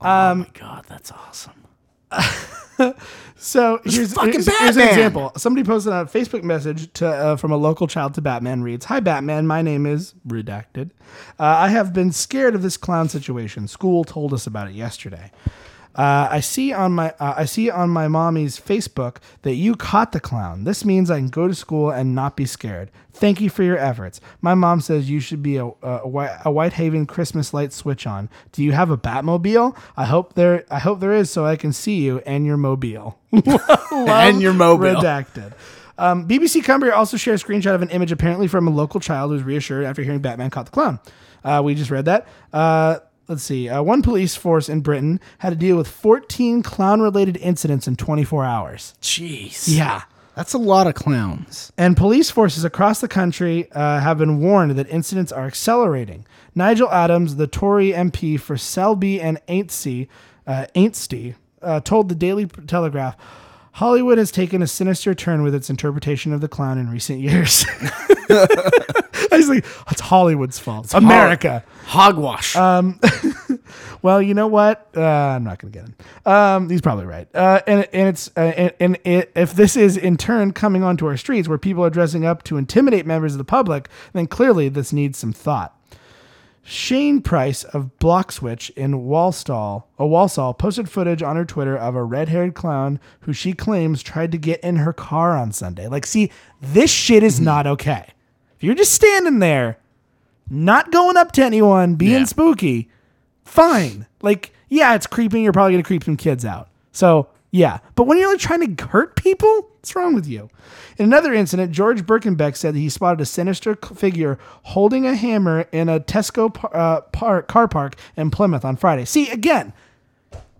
C: oh my god, that's awesome.
A: So here's,
C: fucking
A: here's, here's an
C: Batman.
A: example. Somebody posted a Facebook message to uh, from a local child to Batman reads, "Hi Batman, my name is redacted. Uh, I have been scared of this clown situation. School told us about it yesterday. Uh, I see on my uh, I see on my mommy's Facebook that you caught the clown. This means I can go to school and not be scared. Thank you for your efforts. My mom says you should be a, a, Whi- a White Haven Christmas light switch on. Do you have a Batmobile? I hope there I hope there is so I can see you and your mobile.
C: and your mobile.
A: Redacted. Um, BBC Cumbria also shared a screenshot of an image apparently from a local child who was reassured after hearing Batman caught the clown. Uh, we just read that. Uh, let's see. Uh, one police force in Britain had to deal with 14 clown related incidents in 24 hours.
C: Jeez.
A: Yeah.
C: That's a lot of clowns.
A: And police forces across the country uh, have been warned that incidents are accelerating. Nigel Adams, the Tory MP for Selby and Aintsy, uh, Aintsty, uh, told the Daily Telegraph, "Hollywood has taken a sinister turn with its interpretation of the clown in recent years." I was like, "It's Hollywood's fault. America."
C: Hogwash.
A: Well, you know what? Uh, I'm not going to get him. Um, he's probably right. Uh, and and it's uh, and, and it, if this is in turn coming onto our streets where people are dressing up to intimidate members of the public, then clearly this needs some thought. Shane Price of Blockswitch in Walsall, a Walsall, posted footage on her Twitter of a red-haired clown who she claims tried to get in her car on Sunday. Like, see, this shit is not okay. If you're just standing there, not going up to anyone, being
C: Yeah.
A: spooky, fine. Like, yeah, it's creeping. You're probably gonna creep some kids out. So yeah, but when you're like trying to hurt people, what's wrong with you? In another incident, George Birkenbeck said that he spotted a sinister c- figure holding a hammer in a Tesco par- uh, park, car park in Plymouth on Friday. See again,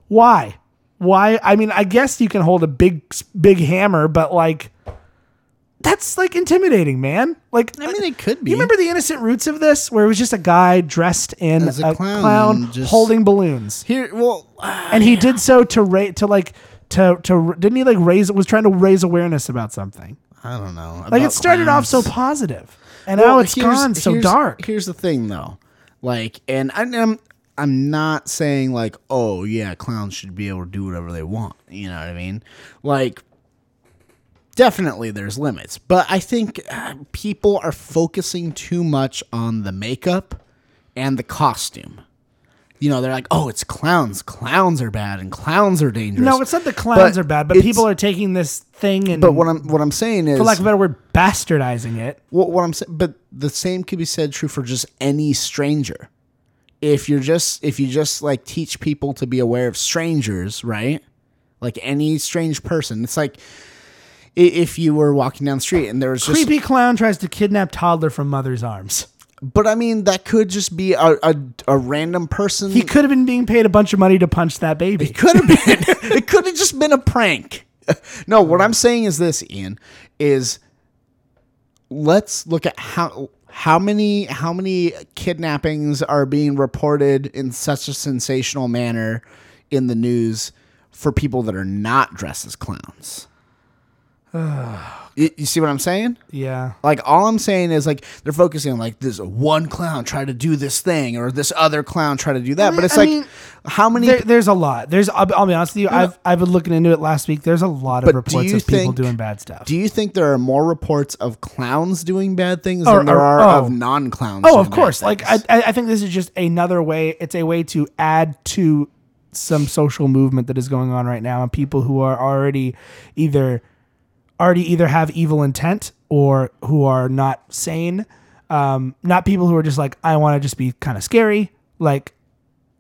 A: why? Why? I mean, I guess you can hold a big, big hammer, but like, that's like intimidating, man. Like,
C: I mean, it could be.
A: you remember the innocent roots of this, where it was just a guy dressed in
C: As
A: a,
C: a
A: clown,
C: clown, just-
A: holding balloons,
C: Here, well, ah,
A: and he did so to ra- to like to to didn't he like raise was trying to raise awareness about something.
C: I don't know.
A: Like it started off so positive, and now it's gone so dark.
C: Here's the thing, though. Like, and I, am I'm not saying like, oh yeah, clowns should be able to do whatever they want. You know what I mean? Like, definitely there's limits, but I think uh, people are focusing too much on the makeup and the costume. You know, they're like, oh, it's clowns. Clowns are bad and clowns are dangerous.
A: No, it's not the clowns
C: But
A: are bad, but
C: it's-
A: people are taking this thing and,
C: But what I'm what I'm saying is
A: for lack of a better word, bastardizing it.
C: what, what I'm saying, but the same could be said true for just any stranger. If you're just if you just like teach people to be aware of strangers, right? Like any strange person, it's like i- if you were walking down the street and there was just.
A: Creepy clown tries to kidnap toddler from mother's arms.
C: But I mean, that could just be a a, a random person.
A: He could have been being paid a bunch of money to punch that baby.
C: could have been. it could have just been a prank. No, what I'm saying is this, Ian, is let's look at how how many how many kidnappings are being reported in such a sensational manner in the news for people that are not dressed as clowns. you, you see what I'm saying?
A: Yeah.
C: Like all I'm saying is like they're focusing on like this one clown try to do this thing or this other clown try to do that, but it's
A: I
C: like
A: mean,
C: how many
A: There, there's a lot. There's. I'll, be- I'll be honest with you. I've I've been looking into it last week. There's a lot of
C: But do
A: reports
C: you
A: of people
C: think-
A: doing bad stuff.
C: Do you think there are more reports of clowns doing bad things
A: Or-
C: than there
A: or-
C: are
A: oh.
C: of non-clowns?
A: oh,
C: doing
A: of course.
C: bad
A: Like I,
C: things?
A: I I think this is just another way. It's a way to add to some social movement that is going on right now, and people who are already either already either have evil intent or who are not sane. Um, not people who are just like I want to just be kind of scary. Like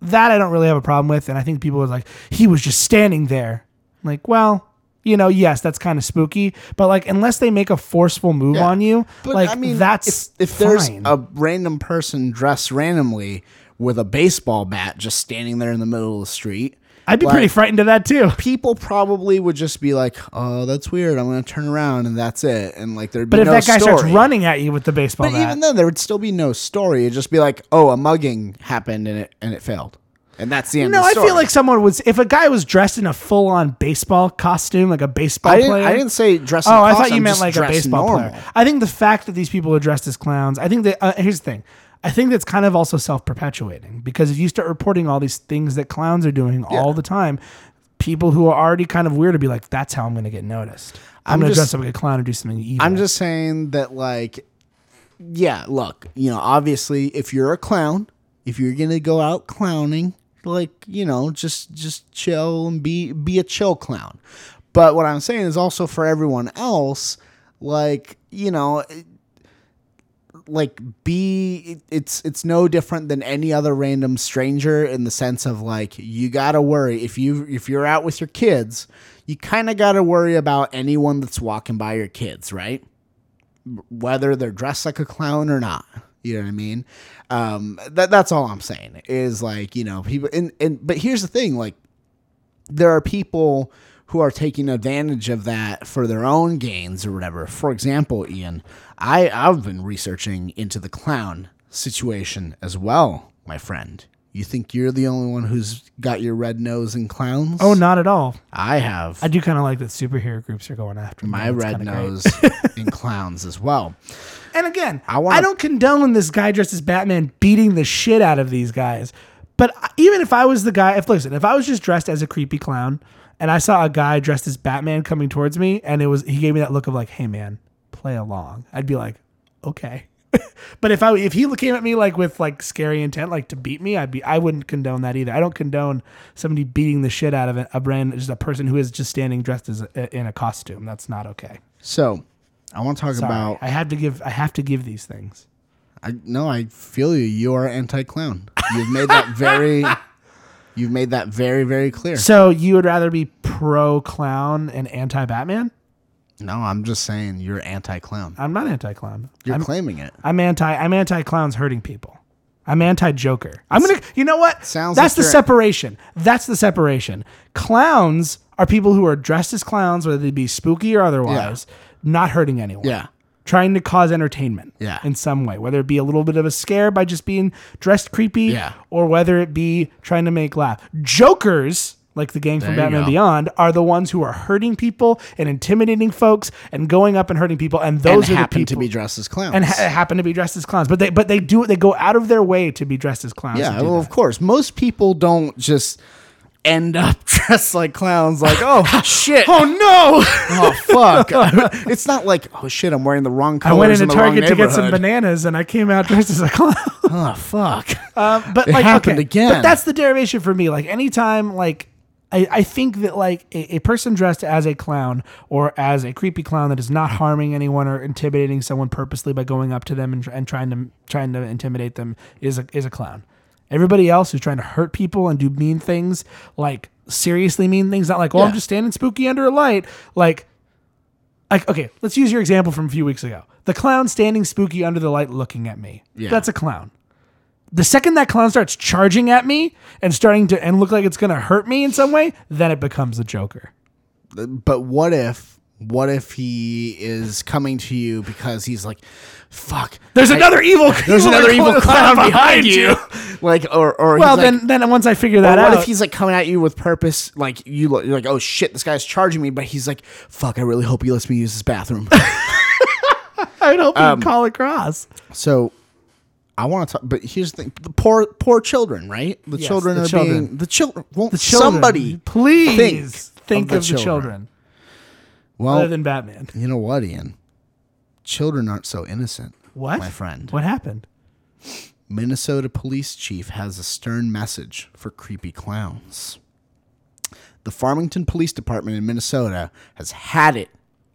A: that I don't really have a problem with. And I think people were like, he was just standing there. I'm like, well, you know, yes, that's kind of spooky, but like, unless they make a forceful move
C: Yeah.
A: on you,
C: But
A: like
C: I mean,
A: that's
C: if, if there's
A: fine.
C: a random person dressed randomly with a baseball bat just standing there in the middle of the street,
A: I'd be pretty
C: like-
A: frightened of that too.
C: people probably would just be like, "Oh, that's weird. I'm gonna turn around and that's it." And like there'd be
A: But if
C: no
A: that guy
C: story.
A: starts running at you with the baseball
C: but
A: bat,
C: even then, there would still be no story. It'd just be like, "Oh, a mugging happened and it and it failed." and that's the end.
A: No,
C: of the
A: I
C: story.
A: feel like someone was if a guy was dressed in a full on baseball costume, like a baseball
C: I didn't,
A: player.
C: I didn't say dress.
A: Oh,
C: in a
A: I
C: costume,
A: thought you
C: I'm
A: meant
C: just
A: like a
C: dressed
A: baseball
C: normal.
A: player. I think the fact that these people are dressed as clowns, I think that uh, here's the thing. I think that's kind of also self perpetuating because if you start reporting all these things that clowns are doing all the time, people who are already kind of weird will be like, "That's how I'm going to get noticed. I'm,
C: I'm
A: going to
C: just-
A: dress up like a clown and do something evil."
C: I'm just saying that, like, yeah, look, you know, obviously, if you're a clown, if you're gonna go out clowning, like, you know, just just chill and be be a chill clown. But what I'm saying is also for everyone else, like, you know, it- like be it- it's it's no different than any other random stranger in the sense of like you gotta worry if you if you're out with your kids you kind of gotta worry about anyone that's walking by your kids right whether they're dressed like a clown or not. You know what I mean? Um, that that's all I'm saying is like you know people and and but here's the thing like there are people who are taking advantage of that for their own gains or whatever. For example, Ian, I I've been researching into the clown situation as well, my friend. You think you're the only one who's got your red nose and clowns?
A: oh, not at all.
C: I have
A: I do kind of like that superhero groups are going after me.
C: my
A: That's
C: red
A: kinda great.
C: nose and clowns as well.
A: And again, I,
C: I wanna-
A: don't condone this guy dressed as Batman beating the shit out of these guys. But I- even if I was the guy, if listen, if I was just dressed as a creepy clown and I saw a guy dressed as Batman coming towards me and it was he gave me that look of like, "Hey man, play along." I'd be like, "Okay." but if I if he came at me like with like scary intent like to beat me, I'd be I wouldn't condone that either. I don't condone somebody beating the shit out of a, a brand just a person who is just standing dressed as a, in a costume. That's not okay.
C: So I want to talk
A: Sorry.
C: about
A: I have to give I have to give these things.
C: I no, I feel you. You are anti clown. You've made that very you've made that very, very clear.
A: So you would rather be pro clown and anti Batman?
C: No, I'm just saying you're anti clown.
A: I'm not anti clown.
C: You're claiming it.
A: I'm anti I'm anti clowns hurting people. I'm anti Joker. I'm gonna you know what?
C: Sounds
A: That's
C: like
A: the
C: you're-
A: separation. That's the separation. Clowns are people who are dressed as clowns, whether they be spooky or otherwise, not hurting anyone.
C: Yeah.
A: Trying to cause entertainment
C: Yeah.
A: in some way, whether it be a little bit of a scare by just being dressed creepy
C: Yeah.
A: or whether it be trying to make laugh. Jokers, like the gang from
C: There you
A: Batman
C: go.
A: Beyond, are the ones who are hurting people and intimidating folks and going up and hurting people. And those
C: and
A: are
C: happen
A: the people
C: to be dressed as clowns.
A: and ha- happen to be dressed as clowns. But they but they do they go out of their way to be dressed as clowns.
C: yeah,
A: to do
C: well,
A: that.
C: of course. Most people don't just end up dressed like clowns like, oh shit.
A: Oh no!
C: Oh fuck! it's not like oh shit! I'm wearing the wrong
A: I
C: colors.
A: went
C: in
A: into
C: the wrong
A: Target to get some
C: neighborhood.
A: bananas and I came out dressed as a clown.
C: Oh fuck!
A: Um, but
C: It
A: like
C: happened
A: okay.
C: again.
A: But that's the derivation for me. Like anytime like I, I think that like a, a person dressed as a clown or as a creepy clown that is not harming anyone or intimidating someone purposely by going up to them and, tr- and trying to trying to intimidate them is a is a clown. Everybody else who's trying to hurt people and do mean things, like seriously mean things, not like, well, I'm
C: Yeah.
A: just standing spooky under a light. Like like okay, let's use your example from a few weeks ago. The clown standing spooky under the light looking at me.
C: Yeah.
A: That's a clown. The second that clown starts charging at me and starting to and look like it's gonna hurt me in some way, then it becomes the Joker.
C: but what if what if he is coming to you because he's like fuck
A: There's another evil.
C: there's another evil clown behind you like or or
A: Well,
C: he's like-
A: then then once I figure that
C: or
A: out,
C: what if he's like coming at you with purpose like you look you're like oh shit this guy's charging me but he's like fuck i really hope he lets me use this bathroom
A: I would hope he'd call across.
C: so i want to talk but here's the thing the poor poor children right the
A: Yes,
C: children
A: the
C: are
A: children.
C: being the children won't
A: The children,
C: somebody
A: please
C: think,
A: think of the, children. other
C: well
A: than Batman.
C: you know what ian children aren't so innocent
A: What,
C: my friend
A: What happened?
C: Minnesota police chief has a stern message for creepy clowns. The Farmington Police Department in Minnesota has had it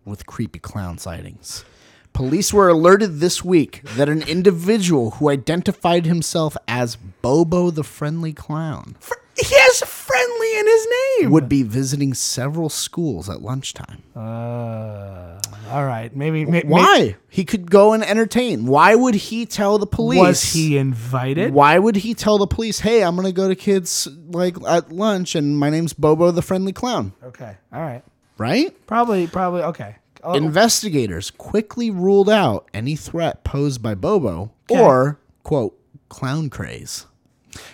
C: with creepy clown sightings. Police were alerted this week that an individual who identified himself as Bobo the Friendly Clown
A: He has friendly in his name.
C: would be visiting several schools at lunchtime.
A: Uh, all right, maybe. may-
C: Why? He could go and entertain. Why would he tell the
A: may-
C: police?
A: was he invited?
C: Why would he tell the police, "Hey, I'm gonna go to kids like at lunch, and my name's Bobo the Friendly Clown"?
A: Okay, all right.
C: Right?
A: Probably, probably. Okay. Oh,
C: Investigators quickly ruled out any threat posed by Bobo or quote clown craze.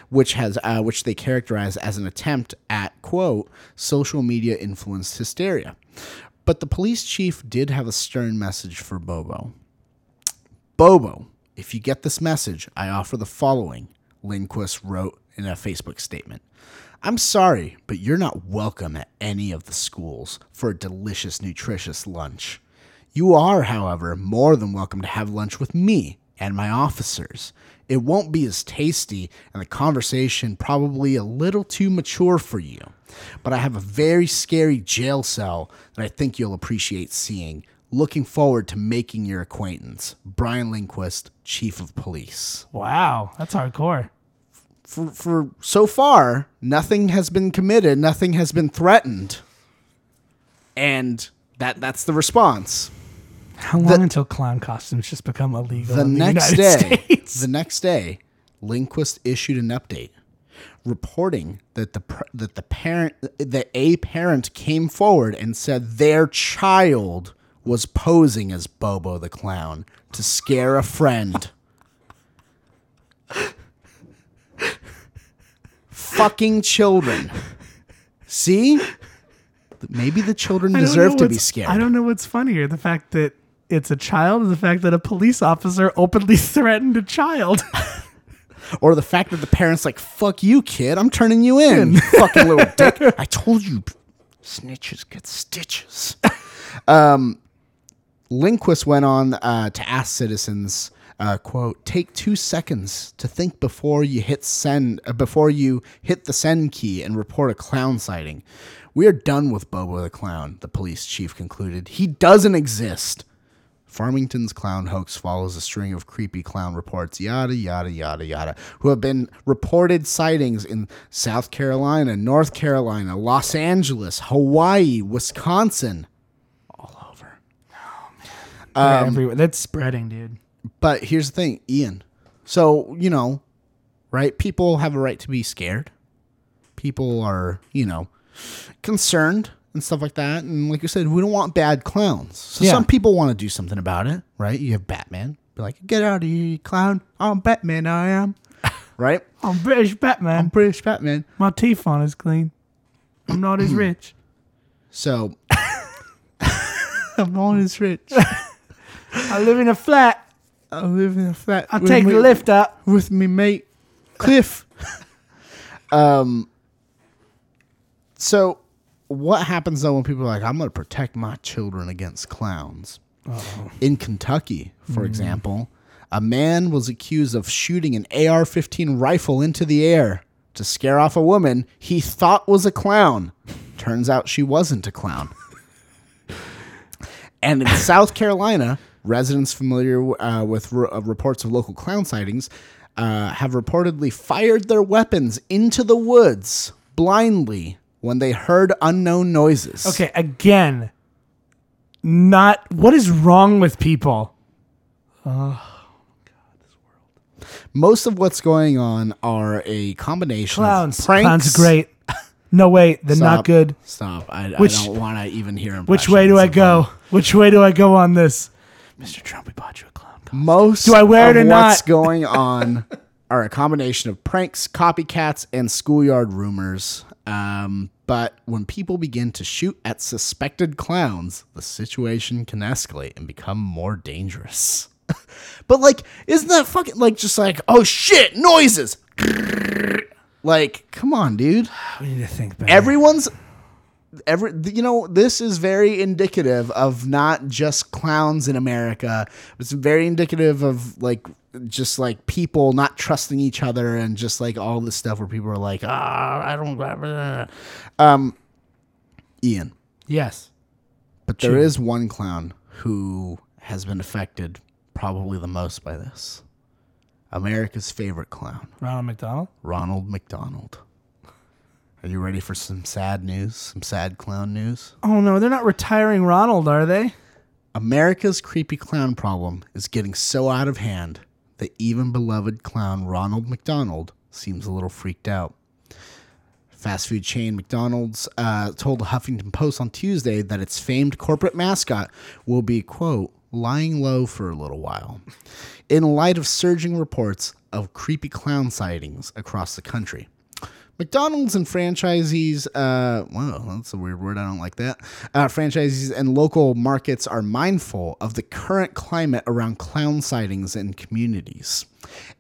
C: which has uh, which they characterize as an attempt at quote social media influenced hysteria. But the police chief did have a stern message for Bobo. Bobo, if you get this message, I offer the following, Lindquist wrote in a Facebook statement. I'm sorry, but you're not welcome at any of the schools for a delicious, nutritious lunch. You are, however, more than welcome to have lunch with me and my officers. It won't be as tasty, and the conversation probably a little too mature for you. But I have a very scary jail cell that I think you'll appreciate seeing. Looking forward to making your acquaintance. Brian Lindquist, Chief of Police.
A: Wow, that's hardcore.
C: For, for so far, nothing has been committed, nothing has been threatened. And that that's the response.
A: How long until clown costumes just become illegal
C: the
A: in
C: next
A: the United
C: day
A: States?
C: the next day Lindquist issued an update reporting that the pr- that the parent that a parent came forward and said their child was posing as Bobo the clown to scare a friend fucking children see maybe the children
A: I don't
C: deserve
A: know
C: to be
A: what's-
C: scared
A: I don't know what's funnier, the fact that it's a child or the fact that a police officer openly threatened a child.
C: or the fact that the parents like fuck you kid i'm turning you in you fucking little dick i told you snitches get stitches um lindquist went on uh, to ask citizens uh, quote take two seconds to think before you hit send uh, before you hit the send key and report a clown sighting we are done with bobo the clown the police chief concluded he doesn't exist Farmington's clown hoax follows a string of creepy clown reports, yada, yada, yada, yada, who have been reported sightings in South Carolina, North Carolina, Los Angeles, Hawaii, Wisconsin. Um,
A: They're everywhere. That's spreading, dude.
C: But here's the thing, Ian. So, you know, right? People have a right to be scared. People are, you know, concerned and stuff like that. And like you said, we don't want bad clowns. So
A: Yeah.
C: some people want to do something about it, right? You have Batman. Be like, get out of here, you clown. I'm Batman, I am. right?
A: I'm British Batman.
C: I'm British Batman.
A: My teeth on is clean. I'm not as rich.
C: So I'm not as rich.
A: I live in a flat.
C: I live in a flat.
A: I
C: with
A: take
C: me-
A: the lift up.
C: with me mate cliff um so what happens though when people are like i'm going to protect my children against clowns in kentucky for example a man was accused of shooting an ar-15 rifle into the air to scare off a woman he thought was a clown turns out she wasn't a clown and in South Carolina, residents familiar uh, with r- uh, reports of local clown sightings uh, have reportedly fired their weapons into the woods blindly when they heard unknown noises.
A: Okay, again, not what is wrong with people?
C: Most of what's going on are a combination
A: Clowns.
C: of pranks.
A: Clowns are great. No wait, they're
C: Stop.
A: not good.
C: Stop. I,
A: Which-
C: I don't want to even hear
A: Which way do I
C: impressions
A: go? Which way do I go on this? Mr. Trump, we bought you a clown car.
C: of- Most
A: Do I wear it
C: of
A: or not?
C: what's going on are a combination of pranks, copycats, and schoolyard rumors. Um, but when people begin to shoot at suspected clowns, the situation can escalate and become more dangerous. but like, isn't that fucking like just like oh shit noises? like, come on, dude
A: We need to think better.
C: everyone's every you know this is very indicative of not just clowns in america it's very indicative of like just like people not trusting each other and just like all this stuff where people are like ah i don't blah, blah, blah." um ian
A: yes.
C: but there is one clown who has been affected probably the most by this america's favorite clown
A: Ronald McDonald?
C: ronald mcdonald are you ready for some sad news some sad clown news
A: Oh no, they're not retiring Ronald, are they?
C: America's creepy clown problem is getting so out of hand that even beloved clown Ronald McDonald seems a little freaked out. Fast food chain McDonald's uh, told the Huffington Post on Tuesday that its famed corporate mascot will be, quote, lying low for a little while, in light of surging reports of creepy clown sightings across the country. McDonald's and franchisees, uh, whoa, that's a weird word. I don't like that. Uh, franchisees and local markets are mindful of the current climate around clown sightings in communities.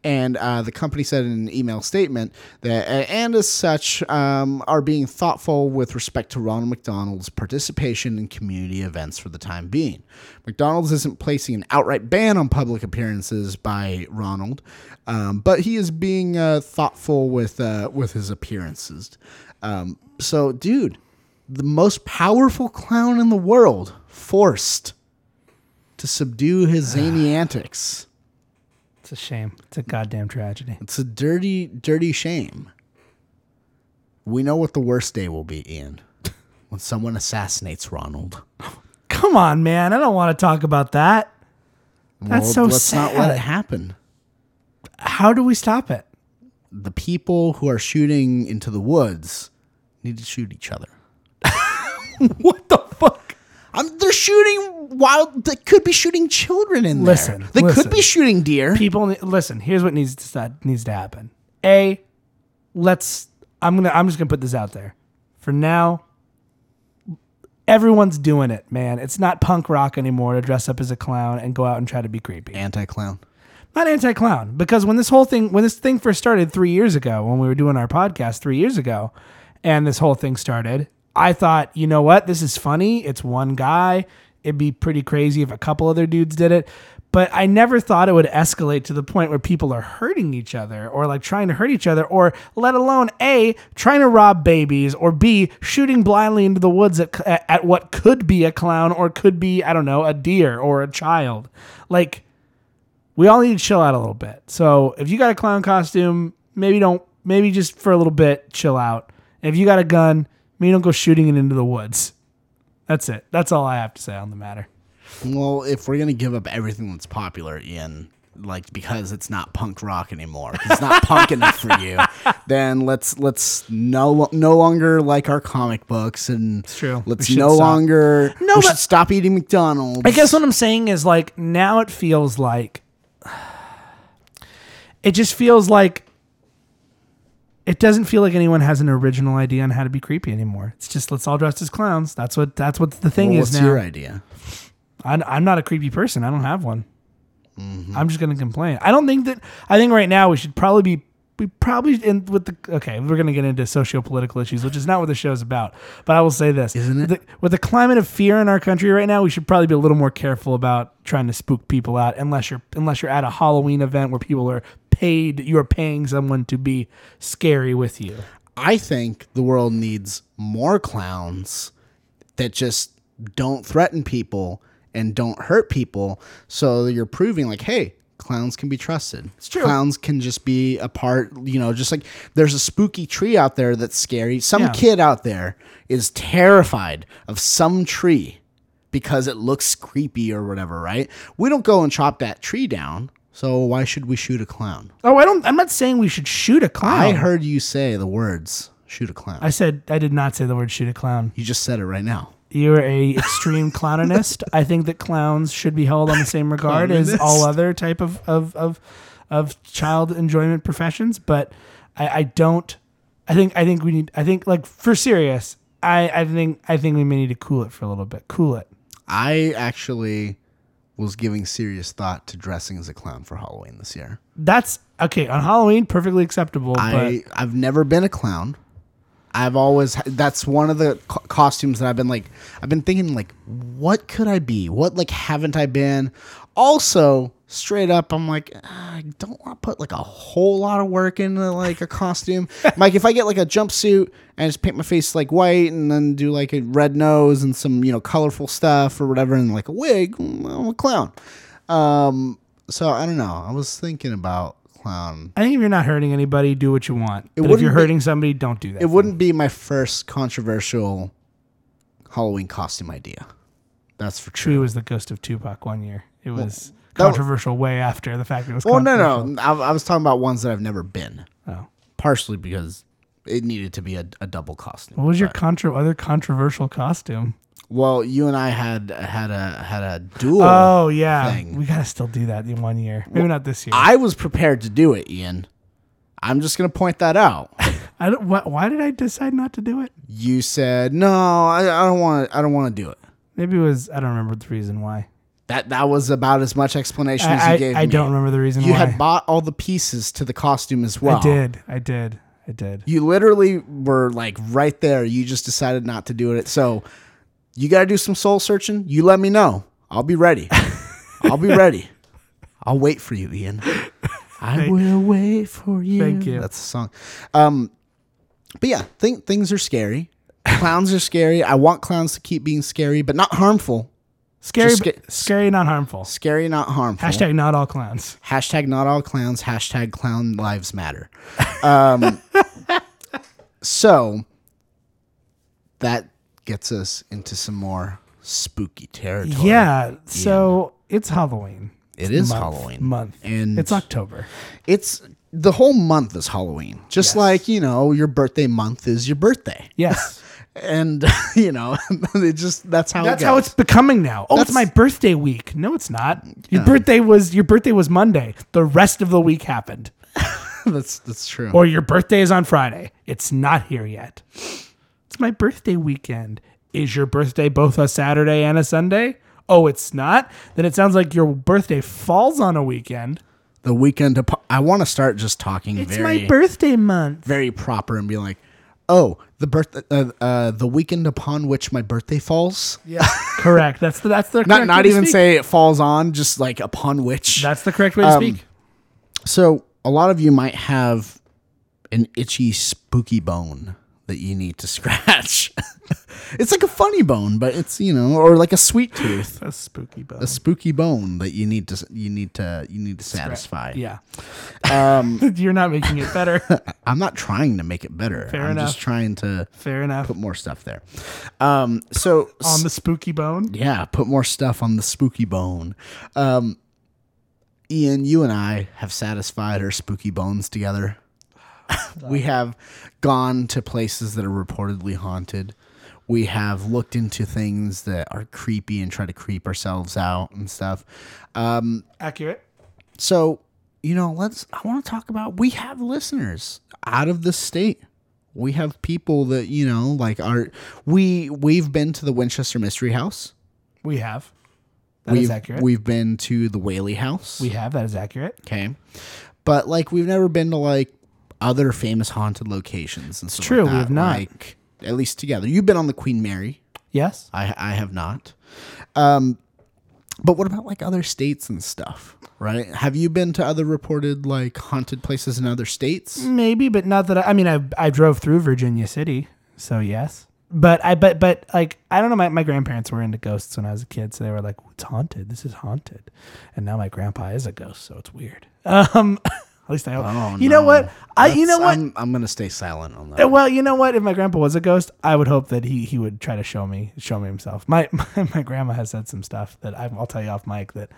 C: And uh, the company said in an email statement that, uh, and as such, um, are being thoughtful with respect to Ronald McDonald's participation in community events for the time being. McDonald's isn't placing an outright ban on public appearances by Ronald, um, but he is being uh, thoughtful with uh, with his appearances. Um, so, dude, the most powerful clown in the world forced to subdue his zany antics.
A: It's a shame. It's a goddamn tragedy.
C: It's a dirty, dirty shame. We know what the worst day will be, Ian, when someone assassinates Ronald.
A: Come on, man. I don't want to talk about that. That's so
C: let's not let
A: sad.
C: it happen.
A: How do we stop it?
C: The people who are shooting into the woods need to shoot each other.
A: What the fuck?
C: I'm, they're shooting wild. They could be shooting children in
A: Listen,
C: there. They
A: listen.
C: could be shooting deer.
A: People ne- listen, here's what needs to that needs to happen. A let's I'm going to I'm just going to put this out there. For now, everyone's doing it, man. It's not punk rock anymore to dress up as a clown and go out and try to be creepy.
C: Anti clown.
A: not anti-clown because when this whole thing when this thing first started three years ago when we were doing our podcast three years ago and this whole thing started i thought you know what this is funny it's one guy it'd be pretty crazy if a couple other dudes did it but i never thought it would escalate to the point where people are hurting each other or like trying to hurt each other or let alone a trying to rob babies or b shooting blindly into the woods at, at what could be a clown or could be i don't know a deer or a child like we all need to chill out a little bit. So if you got a clown costume, maybe don't maybe just for a little bit, chill out. If you got a gun, maybe don't go shooting it into the woods. That's it. That's all I have to say on the matter.
C: Well, if we're gonna give up everything that's popular, Ian, like because it's not punk rock anymore, 'cause it's not punk enough for you, then let's let's no no longer like our comic books and
A: true.
C: let's
A: We should
C: no
A: stop.
C: longer
A: No,
C: we
A: but-
C: should stop eating McDonald's.
A: I guess what I'm saying is like now it feels like it just feels like it doesn't feel like anyone has an original idea on how to be creepy anymore. It's just let's all dress as clowns. That's what that's what the thing
C: well,
A: is
C: what's
A: now.
C: your idea?
A: I'm, I'm not a creepy person. I don't have one. I'm just gonna complain. I don't think that. I think right now we should probably be. We probably and with the okay, we're gonna get into socio-political issues, which is not what the show's about. But I will say this,
C: Isn't it?
A: The- with the climate of fear in our country right now, we should probably be a little more careful about trying to spook people out, unless you're unless you're at a Halloween event where people are paid. You are paying someone to be scary with you.
C: I think the world needs more clowns that just don't threaten people and don't hurt people. So you're proving like, hey, clowns can be trusted. It's
A: true.
C: Clowns can just be a part, you know, just like there's a spooky tree out there that's scary. Some
A: Yeah.
C: kid out there is terrified of some tree because it looks creepy or whatever, right? We don't go and chop that tree down. So why should we shoot a clown?
A: Oh, I don't. I'm not saying we should shoot a clown.
C: I heard you say the words shoot a clown.
A: I said I did not say the word shoot a clown.
C: you just said it right now.
A: You're a extreme clownist. I think that clowns should be held on the same regard as
C: Clownist.
A: all other type of of of, of child enjoyment professions. But I, I don't. I think I think we need. I think like for serious. I I think I think we may need to cool it for a little bit. Cool it.
C: I actually was giving serious thought to dressing as a clown for Halloween this year.
A: That's okay on Halloween. Perfectly acceptable.
C: I I've never been a clown. I've always that's one of the co- costumes that I've been like I've been thinking like what could I be? What like haven't I been? Also, straight up I'm like "Ah, I don't want to put like a whole lot of work into like a costume. like if I get like a jumpsuit and just paint my face like white and then do like a red nose and some, you know, colorful stuff or whatever and like a wig, mm, I'm a clown. Um so I don't know. I was thinking about clown
A: but I think if you're not hurting anybody, do what you want. But if
C: wouldn't
A: you're
C: be-
A: hurting somebody, don't do that.
C: it wouldn't be my first controversial Halloween costume idea. That's for true.
A: True was the ghost of Tupac one year. It was
C: that wa-
A: controversial way after the fact. It was.
C: Well, no,
A: controversial.
C: no. I, I was talking about ones that I've never been,
A: Oh.
C: partially because it needed to be a, a double costume.
A: What was your contro- other controversial costume?
C: Well, you and I had had a had a duel.
A: Oh yeah,
C: thing.
A: we gotta still do that in one year. Maybe not this year. I,
C: I was prepared to do it, Ian. I'm just gonna point that out.
A: don't. Why, why did I decide not to do it?
C: You said no. I, I don't want. I don't want to do it.
A: Maybe it was I don't remember the reason why.
C: That that was about as much explanation as you
A: I,
C: gave
A: I,
C: me.
A: I don't remember the reason
C: You
A: why.
C: had bought all the pieces to the costume as well.
A: I did. I did. I did.
C: You literally were like right there. You just decided not to do it. So you got to do some soul searching. You let me know. I'll be ready. I'll be ready. I'll wait for you, Ian. I will wait for you.
A: Thank you.
C: That's the song. Um, but yeah, think things are scary. Clowns are scary. I want clowns to keep being scary, but not harmful.
A: Scary,
C: Just
A: but
C: sca-
A: scary, not harmful.
C: Scary, not harmful.
A: Hashtag not all clowns.
C: Hashtag not all clowns. Hashtag clown lives matter. Um, so that gets us into some more spooky territory.
A: Yeah. So it's Halloween.
C: it is
A: month,
C: Halloween
A: month.
C: and
A: It's October.
C: it's the whole month is Halloween. Just like you know, your birthday month is your birthday,
A: Yes.
C: and you know, it just that's how
A: That's
C: it
A: how
C: goes.
A: it's becoming now. Oh, it's my
C: Oh, That's-
A: birthday week. No, it's not. Your birthday was your birthday was Monday. The rest of the week happened.
C: that's that's true.
A: Or your birthday is on Friday. It's not here yet. It's my birthday weekend. Is your birthday both a Saturday and a Sunday? Oh, it's not? Then it sounds like your birthday falls on a weekend.
C: the weekend. Apo- I want to start just talking.
A: It's
C: very,
A: my birthday month.
C: very proper and be like, "Oh, the birth, uh, uh, the weekend upon which my birthday falls."
A: Yeah. correct. That's the that's the
C: Not,
A: correct way
C: not
A: to
C: even
A: speak.
C: say it falls on, just like upon which.
A: that's the correct way
C: um,
A: to speak.
C: so a lot of you might have an itchy, spooky bone that you need to scratch. it's like a funny bone, but it's you know, or like a sweet tooth,
A: That's spooky bone.
C: a spooky bone that you need to you need to you need to satisfy.
A: yeah.
C: um,
A: You're not making it better.
C: I'm not trying to make it better.
A: Fair
C: I'm
A: enough.
C: just trying to
A: Fair enough.
C: put more stuff there. Um, so
A: On the spooky bone.
C: Yeah, put more stuff on the spooky bone. Um, Ian, you and I have satisfied our spooky bones together. we have gone to places that are reportedly haunted. We have looked into things that are creepy and try to creep ourselves out and stuff. Um,
A: Accurate.
C: so, you know, let's, I want to talk about, we have listeners out of the state. We have people that, you know, like are, we, we've been to the Winchester Mystery House.
A: We have. That is
C: We've,
A: accurate.
C: we've been to the Whaley House.
A: we have. That is accurate.
C: okay. But like we've never been to like other famous haunted locations and stuff
A: true,
C: like
A: we
C: that,
A: have not.
C: Like at least together. You've been on the Queen Mary.
A: Yes.
C: I I have not. Um but what about like other states and stuff? Right? Have you been to other reported like haunted places in other states?
A: Maybe, but not that I, I mean I I drove through Virginia City, so yes. But I but but like I don't know my, my grandparents were into ghosts when I was a kid, so they were like, It's haunted. This is haunted. And now my grandpa is a ghost, so it's weird. Um at least I hope
C: Oh,
A: You know
C: no.
A: what? I you know
C: That's-
A: what?
C: I'm, I'm gonna stay silent on that.
A: Uh, Well, you know what? If my grandpa was a ghost, I would hope that he he would try to show me show me himself. My my, my grandma has said some stuff that I, I'll tell you off mic that,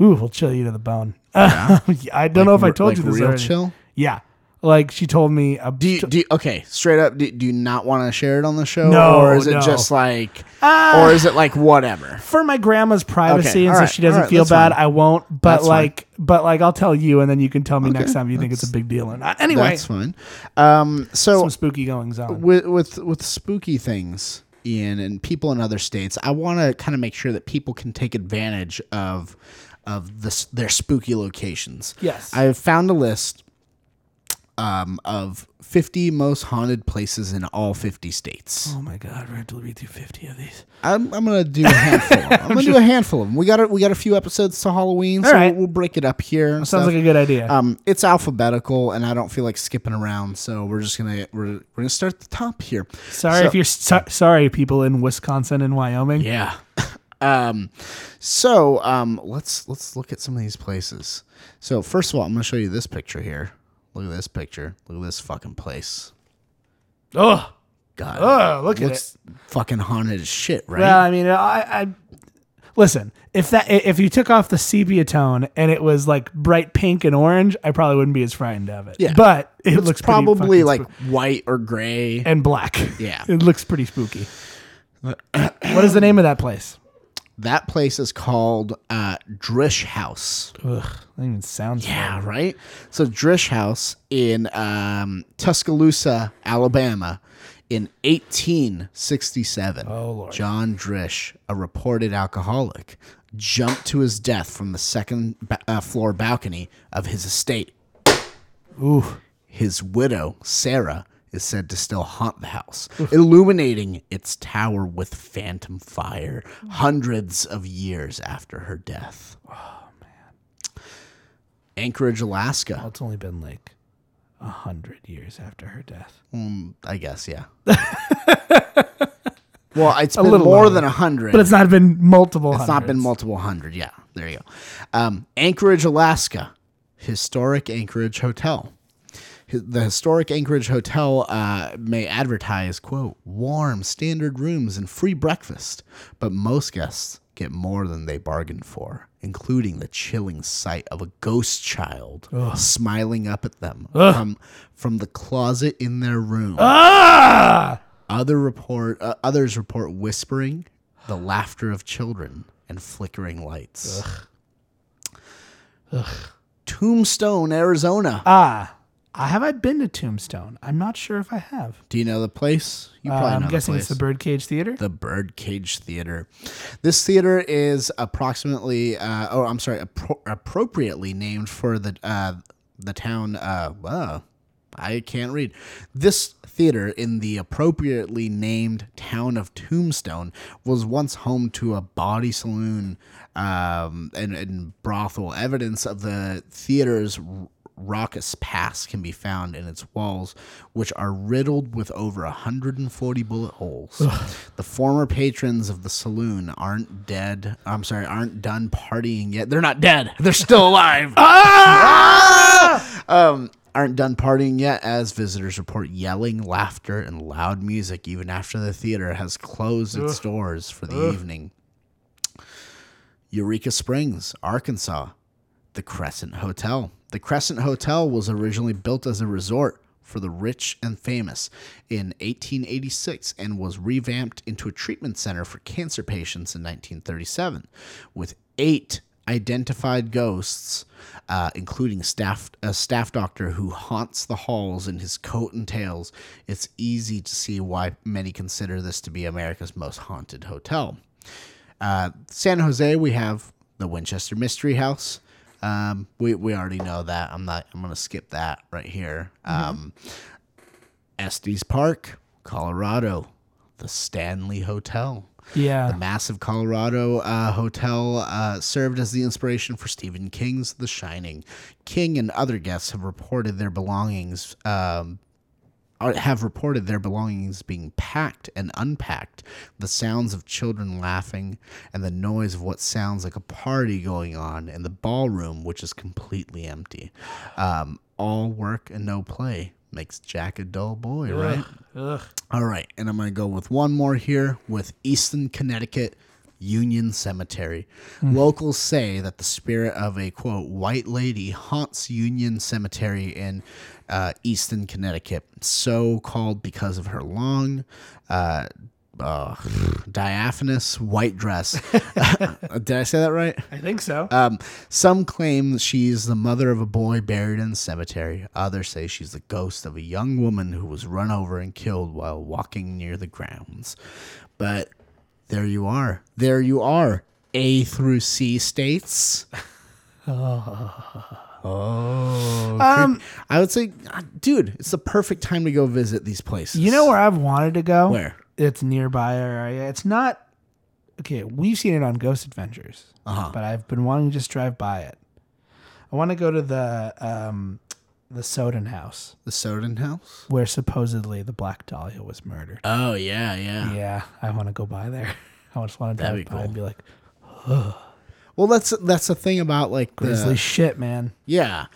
A: ooh, will chill you to the bone. I don't know if I
C: re-
A: told
C: like
A: you this
C: real
A: already.
C: chill?
A: Yeah, like she told me. A,
C: Do you, do you- okay, straight up. Do, do you not want to share it on the show,
A: No,
C: or is it
A: no.
C: just like,
A: Ah.
C: or is it like whatever?
A: for my grandma's privacy,
C: Okay,
A: and
C: all
A: so
C: right,
A: she doesn't
C: all right,
A: feel
C: that's
A: bad.
C: fine.
A: I won't. But
C: That's fine.
A: like, but like, I'll tell you, and then you can tell me next time you think it's a big deal or not. Anyway,
C: That's fine. Um, so
A: some spooky goings on.
C: with with with spooky things, Ian, and people in other states, I want to kind of make sure that people can take advantage of of this their spooky locations.
A: Yes.
C: I have found a list um, of 50 most haunted places in all 50 states.
A: oh my god, we're going to read through fifty of these.
C: I'm, I'm gonna do a handful. of 'em. I'm gonna do a handful of them. We got a, we got a few episodes to Halloween, so
A: All right.
C: we'll, we'll break it up here. And
A: Sounds
C: stuff.
A: like a good idea.
C: um, it's alphabetical, and I don't feel like skipping around, so we're just gonna we're, we're gonna start at the top here.
A: Sorry
C: So-
A: if you're so- sorry, people in Wisconsin and Wyoming.
C: yeah. um, so um, let's let's look at some of these places. So first of all, I'm gonna show you this picture here. Look at this picture. Look at this fucking place.
A: Oh,
C: God,
A: oh, look at it.
C: looks fucking haunted as shit, right?
A: Well, I mean, I, I listen. If that if you took off the sepia tone and it was like bright pink and orange, I probably wouldn't be as frightened of it.
C: Yeah.
A: but it
C: It's
A: looks pretty
C: probably
A: fucking
C: like
A: spook-
C: white or gray.
A: and black.
C: Yeah.
A: it looks pretty spooky. What is the name of that place?
C: That place is called uh, Drish House.
A: Ugh, that even sounds.
C: Yeah, right. So Drish House in um, Tuscaloosa, Alabama, in 1867.
A: Oh, Lord.
C: John Drish, a reported alcoholic, jumped to his death from the second ba- uh, floor balcony of his estate.
A: Ooh,
C: His widow, Sarah, is said to still haunt the house, illuminating its tower with phantom fire hundreds of years after her death. Oh, man. Anchorage, Alaska.
A: it's only been like a hundred years after her death.
C: Mm, I guess, yeah. well, it's been
A: little
C: more
A: longer.
C: than a hundred.
A: But it's not been multiple.
C: It's not been multiple hundred. Yeah, there you go. Um, Anchorage, Alaska, historic Anchorage Hotel. Hi- The historic Anchorage Hotel uh, may advertise quote warm standard rooms and free breakfast, but most guests get more than they bargained for, including the chilling sight of a ghost child smiling up at them from from the closet in their room.
A: Ah!
C: Other report uh, others report whispering, the laughter of children, and flickering lights. Ugh. Tombstone, Arizona.
A: Ah. I have I been to Tombstone? I'm not sure if I have.
C: Do you know the place? You
A: Uh,
C: probably know
A: I'm
C: the
A: guessing
C: place.
A: it's the Birdcage Theater.
C: the Birdcage Theater. This theater is approximately, uh, oh, I'm sorry, appro- appropriately named for the uh, the town. Uh, wow, I can't read. This theater in the appropriately named town of Tombstone was once home to a body saloon um, and, and brothel. Evidence of the theater's raucous past can be found in its walls, which are riddled with over 140 bullet holes. the former patrons of the saloon aren't dead. I'm sorry, aren't done partying yet. They're not dead. They're still alive. Ah! Um, aren't done partying yet, as visitors report yelling, laughter, and loud music even after the theater has closed its doors for the evening. Eureka Springs, Arkansas. The Crescent Hotel. The Crescent Hotel was originally built as a resort for the rich and famous in 1886 and was revamped into a treatment center for cancer patients in 1937 with eight identified ghosts uh, including staff a staff doctor who haunts the halls in his coat and tails it's easy to see why many consider this to be america's most haunted hotel uh, San Jose, we have the Winchester Mystery House. Um, we we already know that. I'm not. I'm gonna skip that right here. Um, Estes Park, Colorado, the Stanley Hotel.
A: yeah.
C: The massive Colorado uh, hotel uh, served as the inspiration for Stephen King's The Shining. King and other guests have reported their belongings um, are- have reported their belongings being packed and unpacked, the sounds of children laughing, and the noise of what sounds like a party going on in the ballroom, which is completely empty. Um, all work and no play makes Jack a dull boy, right?
A: Ugh.
C: All right, and I'm going to go with one more here with Easton, Connecticut Union Cemetery. Locals say that the spirit of a quote white lady haunts Union Cemetery in uh, Easton, Connecticut, so called because of her long, uh, uh, diaphanous white dress. Did I say that right?
A: I think so.
C: Um, some claim that she's the mother of a boy buried in the cemetery. Others say she's the ghost of a young woman who was run over and killed while walking near the grounds. But there you are. There you are. A through C states. Oh,
A: Um,
C: I would say, uh, dude, it's the perfect time to go visit these places.
A: you know where I've wanted to go?
C: Where?
A: It's nearby area. It's not. Okay, we've seen it on Ghost Adventures,
C: Uh-huh.
A: but I've been wanting to just drive by it. I want to go to the um, the Soden House
C: The Soden House.
A: where supposedly the Black Dahlia was murdered.
C: Oh yeah, yeah.
A: Yeah, I want to go by there. I just want to drive
C: That'd be
A: by and
C: cool.
A: be like,
C: Well, that's that's the thing about like the
A: grizzly shit, man.
C: Yeah.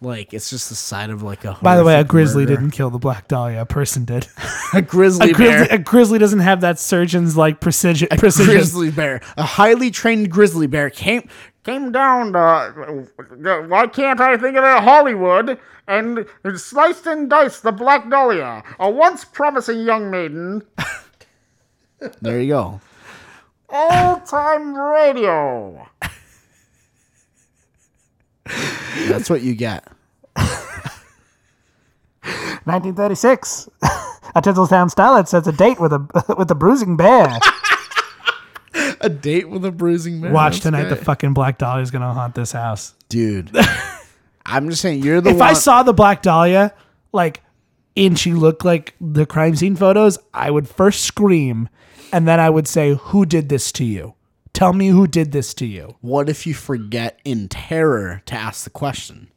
C: Like it's just the side of like a.
A: By the way, a
C: horrific
A: grizzly
C: murder.
A: didn't kill the Black Dahlia. A person did.
C: A grizzly
A: a, grizzly,
C: bear.
A: a grizzly doesn't have that surgeon's like precision. precision.
C: Grizzly bear. A highly trained grizzly bear came came down. To, why can't I think of it? Hollywood and sliced and diced the black dahlia, a once promising young maiden. There you go. Old time radio. That's what you get.
A: 1936. A Tinseltown starlet sets a date with a with a bruising bear.
C: A date with a bruising man.
A: Watch tonight. The fucking black dahlia is gonna haunt this house.
C: dude. I'm just saying you're the
A: If
C: one.
A: I saw the black dahlia, like, and she looked like the crime scene photos, I would first scream, and then I would say, "Who did this to you? Tell me who did this to you."
C: what if you forget in terror to ask the question?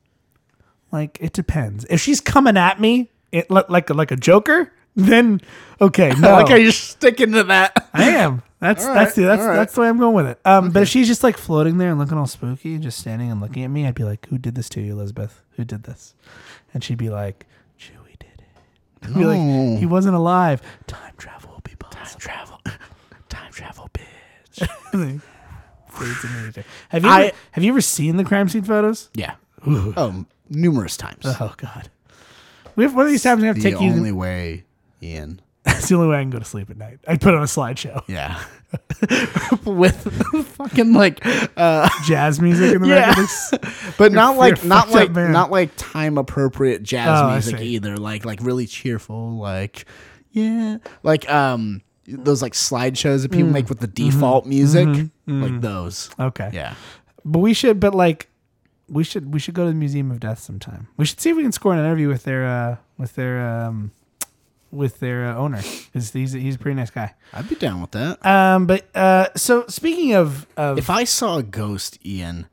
A: Like, it depends. If she's coming at me, it li- like like a Joker, then okay, no,
C: I like how you're sticking to that.
A: I am. That's
C: All
A: that's
C: right,
A: the that's
C: all right.
A: that's the way I'm going with it. Um, but if she's just like floating there and looking all spooky and just standing and looking at me, I'd be like, "Who did this to you, Elizabeth? Who did this?" And she'd be like, "Chewie did it." I'd be like, "He wasn't alive. Time travel will be possible. Time travel, time travel, bitch." Fades into the day. have you
C: I-
A: ever, have you ever seen the crime scene photos?
C: Yeah. Um, numerous times.
A: Oh God, we have one of these times we have to
C: the
A: take you.
C: only way, Ian.
A: that's the only way I can go to sleep at night. I put on a slideshow,
C: Yeah. With fucking like, uh,
A: jazz music in the
C: Yeah.
A: back of this.
C: but not
A: you're
C: like
A: a
C: not
A: fucked up
C: like
A: man.
C: not like time appropriate jazz
A: Oh, I
C: music
A: see.
C: either. Like like really cheerful. Like yeah, like um those like slideshows that
A: Mm.
C: people make with the
A: Mm-hmm.
C: default music, like those.
A: Okay.
C: Yeah.
A: But we should, but like, we should we should go to the Museum of Death sometime. We should see if we can score an interview with their uh with their um with their uh, owner because he's he's a pretty nice guy.
C: I'd be down with that.
A: Um, but uh, so speaking of of
C: If I saw a ghost, Ian,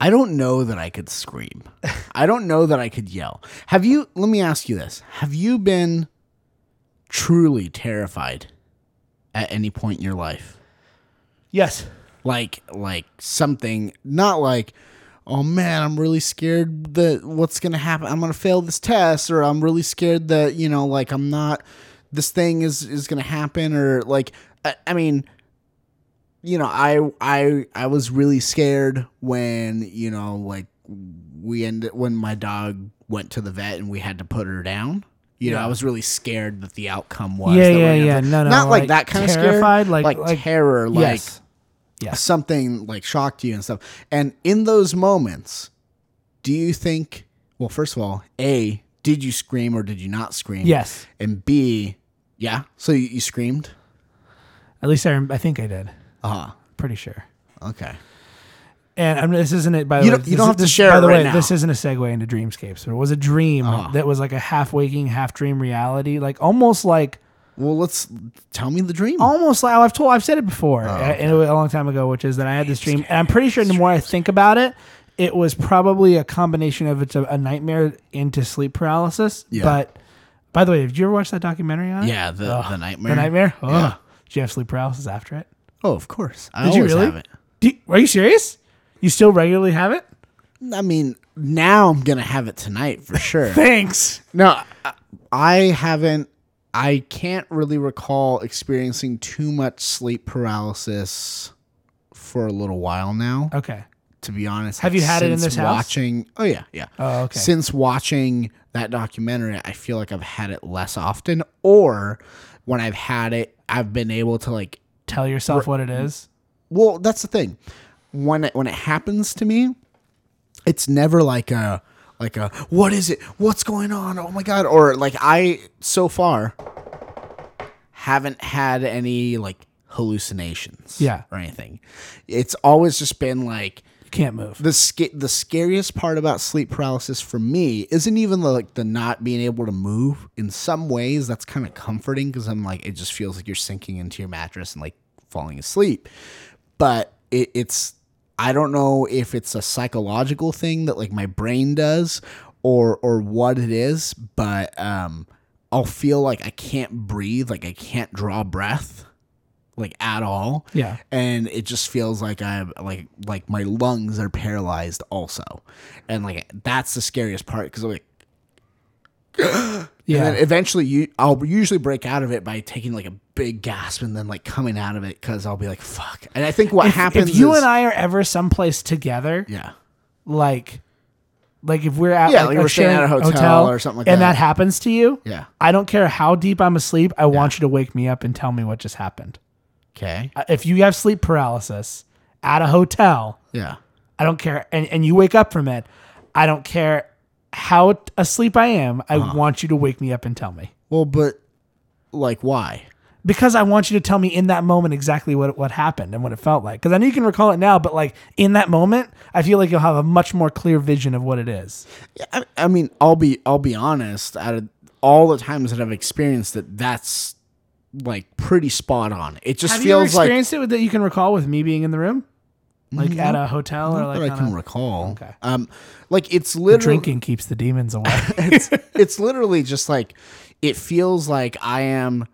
C: I don't know that I could scream. I don't know that I could yell. Have you, let me ask you this. Have you been truly terrified at any point in your life?
A: yes,
C: Like, like something, not like, oh man, I'm really scared that what's going to happen. I'm going to fail this test, or I'm really scared that, you know, like I'm not, this thing is, is going to happen, or like, I, I mean, you know, I I I was really scared when you know, like we ended when my dog went to the vet and we had to put her down. You know, I was really scared that the outcome was
A: Yeah,
C: that we're
A: yeah,
C: gonna
A: yeah.
C: have to-
A: No, no,
C: not like,
A: like
C: that kind of
A: terrified,
C: scared,
A: like- like-
C: terror, like
A: yes,
C: something like shocked you and stuff. And in those moments, do you think? Well, first of all, a did you scream or did you not scream?
A: yes.
C: And b, yeah. So you, you screamed.
A: At least I rem- I think I did.
C: Uh huh.
A: Pretty sure.
C: Okay.
A: And I'm, this isn't it. By the
C: You
A: way,
C: don't- you
A: This
C: don't
A: is-
C: have to
A: this-
C: share
A: By
C: it
A: the
C: right
A: way,
C: now. Oh.
A: this isn't a segue into dreamscapes, but it was a dream that was like a half waking, half dream reality, like almost like
C: Well, let's tell me the dream.
A: almost like I've told, I've said it before,
C: Oh,
A: and it was a long time ago, which is that I had this dream, and I'm pretty sure the more I think about it, it was probably a combination of it's a, a nightmare into sleep paralysis.
C: Yeah.
A: But by the way, have you ever watched that documentary on it?
C: Yeah, the, the nightmare.
A: The nightmare. Oh,
C: Yeah.
A: did you have sleep paralysis after it?
C: Oh, of course. I
A: Did you
C: always
A: really?
C: have it.
A: Do you- are you serious? You still regularly have it?
C: I mean, now I'm gonna have it tonight for sure.
A: Thanks.
C: no, I, I haven't. I can't really recall experiencing too much sleep paralysis for a little while now.
A: Okay.
C: To be honest,
A: Have you had it in
C: Since
A: this house?
C: Watching. Oh yeah, yeah.
A: Oh, okay.
C: Since watching that documentary, I feel like I've had it less often, or when I've had it, I've been able to like
A: Tell yourself what it is.
C: well that's the thing when it, when it happens to me it's never like a like a what is it what's going on oh my god or like i so far haven't had any like hallucinations
A: Yeah.
C: or anything it's always just been like
A: You can't move.
C: the sca- the scariest part about sleep paralysis for me isn't even the, like the not being able to move. In some ways, that's kind of comforting because I'm like it just feels like you're sinking into your mattress and like falling asleep. But it, it's I don't know if it's a psychological thing that like my brain does or or what it is, but um, I'll feel like I can't breathe, like I can't draw breath, like at all
A: Yeah.
C: and it just feels like I'm like like my lungs are paralyzed also, and like that's the scariest part because I'm like
A: Yeah.
C: and then eventually you I'll usually break out of it by taking like a big gasp and then like coming out of it because I'll be like fuck, and I think what
A: if,
C: happens
A: if you
C: is-
A: and I are ever someplace together,
C: yeah
A: like like if we're at
C: Yeah,
A: like,
C: like
A: a
C: we're staying
A: sharing
C: at a hotel or something like
A: and
C: that.
A: that happens to you,
C: Yeah.
A: I don't care how deep I'm asleep. I want you to wake me up and tell me what just happened.
C: Okay.
A: Uh, If you have sleep paralysis at a hotel,
C: Yeah.
A: I don't care, and and you wake up from it, I don't care how t- asleep I am. I
C: Uh-huh.
A: want you to wake me up and tell me
C: Well, but like why?
A: because I want you to tell me in that moment exactly what what happened and what it felt like. Because I know you can recall it now, but like in that moment, I feel like you'll have a much more clear vision of what it is.
C: I, I mean, I'll be I'll be honest. Out of all the times that I've experienced it, that's like pretty spot on. It just
A: Have you ever
C: feels like
A: experienced it with, that you can recall with me being in the room, like at a hotel or
C: that
A: like
C: I
A: on
C: can
A: a-
C: recall.
A: Okay.
C: Um, like it's literally
A: drinking keeps the demons away.
C: it's it's literally just like it feels like I am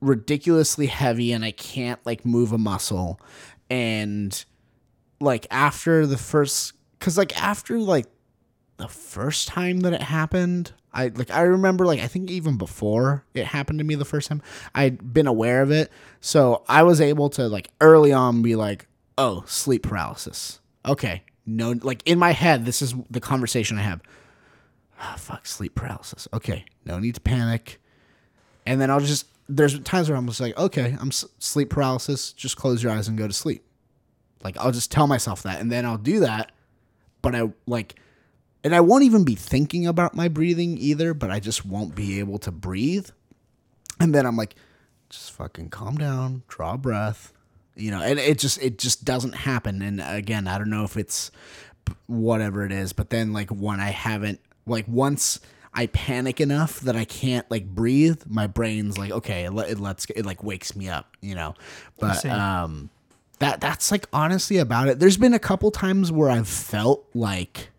C: ridiculously heavy and I can't like move a muscle and like after the first cuz like after like the first time that it happened I like I remember like I think even before it happened to me the first time I'd been aware of it so I was able to like early on be like oh sleep paralysis okay no like in my head this is the conversation I have ah, fuck, sleep paralysis. Okay, no need to panic. And then I'll just, there's times where I'm just like, okay, I'm s- sleep paralysis. Just close your eyes and go to sleep. Like, I'll just tell myself that. And then I'll do that. But I, like, and I won't even be thinking about my breathing either, but I just won't be able to breathe. And then I'm like, just fucking calm down, draw a breath. You know, and it just it just doesn't happen. And again, I don't know if it's whatever it is. But then like when I haven't like once I panic enough that I can't like breathe, my brain's like okay, it, let- it lets it like wakes me up, you know. But um that that's like honestly about it. There's been a couple times where I've felt like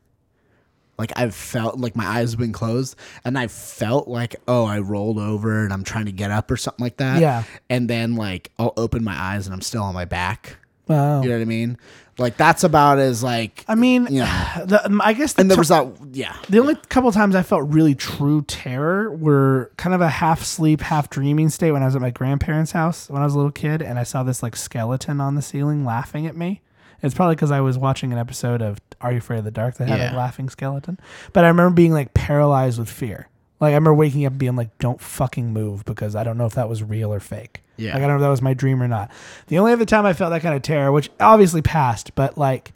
C: like I've felt like my eyes have been closed and I felt like oh I rolled over and I'm trying to get up or something like that.
A: Yeah.
C: And then like I'll open my eyes and I'm still on my back.
A: wow.
C: You know what I mean? Like that's about as like
A: I mean,
C: Yeah.
A: the, um, I guess the,
C: and there
A: t-
C: was that yeah
A: the only couple times I felt really true terror were kind of a half sleep, half dreaming state when I was at my grandparents' house when I was a little kid, and I saw this like skeleton on the ceiling laughing at me. It's probably because I was watching an episode of Are You Afraid of the Dark that had a
C: Yeah.
A: laughing skeleton. But I remember being like paralyzed with fear. Like I remember waking up and being like, "Don't fucking move," because I don't know if that was real or fake.
C: Yeah.
A: Like I don't know if that was my dream or not. The only other time I felt that kind of terror, which obviously passed, but like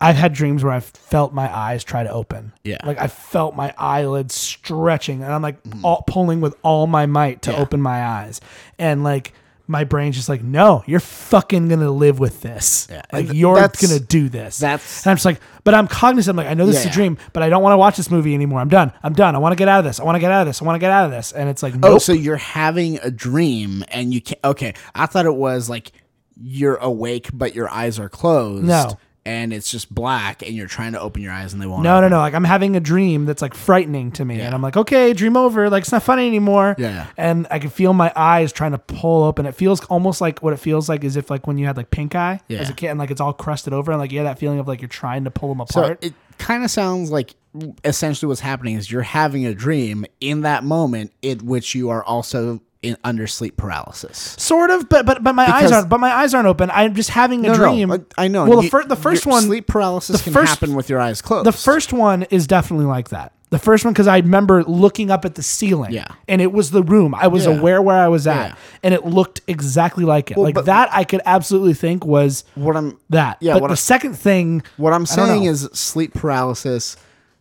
A: I've had dreams where I've felt my eyes try to open.
C: Yeah.
A: Like I felt my eyelids stretching and I'm like all, pulling with all my might to
C: Mm-hmm. Yeah.
A: open my eyes. And like my brain's just like, no, you're fucking gonna live with this.
C: Yeah.
A: Like
C: And
A: you're
C: that's-
A: gonna do this.
C: that's-
A: and I'm just like, but I'm cognizant. I'm like, I know this
C: Yeah,
A: is a
C: yeah.
A: dream, but I don't want to watch this movie anymore. I'm done. I'm done. I want to get out of this. I want to get out of this. I want to get out of this. And it's like,
C: oh
A: nope.
C: so you're having a dream and you can't okay i thought it was like you're awake but your eyes are closed
A: No.
C: and it's just black and you're trying to open your eyes and they won't
A: No,
C: open.
A: no, no. Like I'm having a dream that's like frightening to me, and I'm like, okay, dream over. Like it's not funny anymore.
C: Yeah, yeah.
A: And I can feel my eyes trying to pull open. It feels almost like what it feels like is if like when you had like pink eye as
C: Yeah.
A: a kid, and like it's all crusted over, and like yeah, that feeling of like you're trying to pull them
C: so
A: apart.
C: it kind of sounds like essentially what's happening is you're having a dream in that moment in which you are also in under sleep paralysis
A: Sort of, but but but my eyes
C: Because-
A: aren't. But my eyes aren't open. I'm just having a
C: No, no,
A: dream.
C: no, I, I know
A: Well, the,
C: You-
A: fir- the first
C: your
A: one,
C: sleep paralysis
A: the
C: can
A: first-
C: happen with your eyes closed
A: The first one is definitely like that. The first one, because I remember looking up at the ceiling,
C: Yeah.
A: and it was the room. I was
C: Yeah.
A: aware where I was at,
C: Yeah.
A: and it looked exactly like it. like
C: but-
A: that, I could absolutely think was
C: what i'm
A: that.
C: Yeah,
A: but
C: what
A: the
C: I-
A: second thing,
C: What I'm
A: I don't
C: saying
A: know.
C: is sleep paralysis.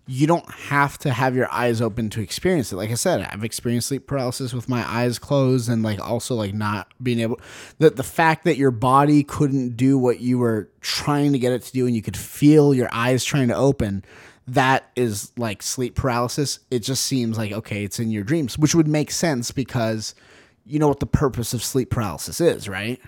C: You don't have to have your eyes open to experience it. Like I said, I've experienced sleep paralysis with my eyes closed and like also like not being able that the fact that your body couldn't do what you were trying to get it to do and you could feel your eyes trying to open, that is like sleep paralysis. It just seems like okay, it's in your dreams, which would make sense because you know what the purpose of sleep paralysis is, right?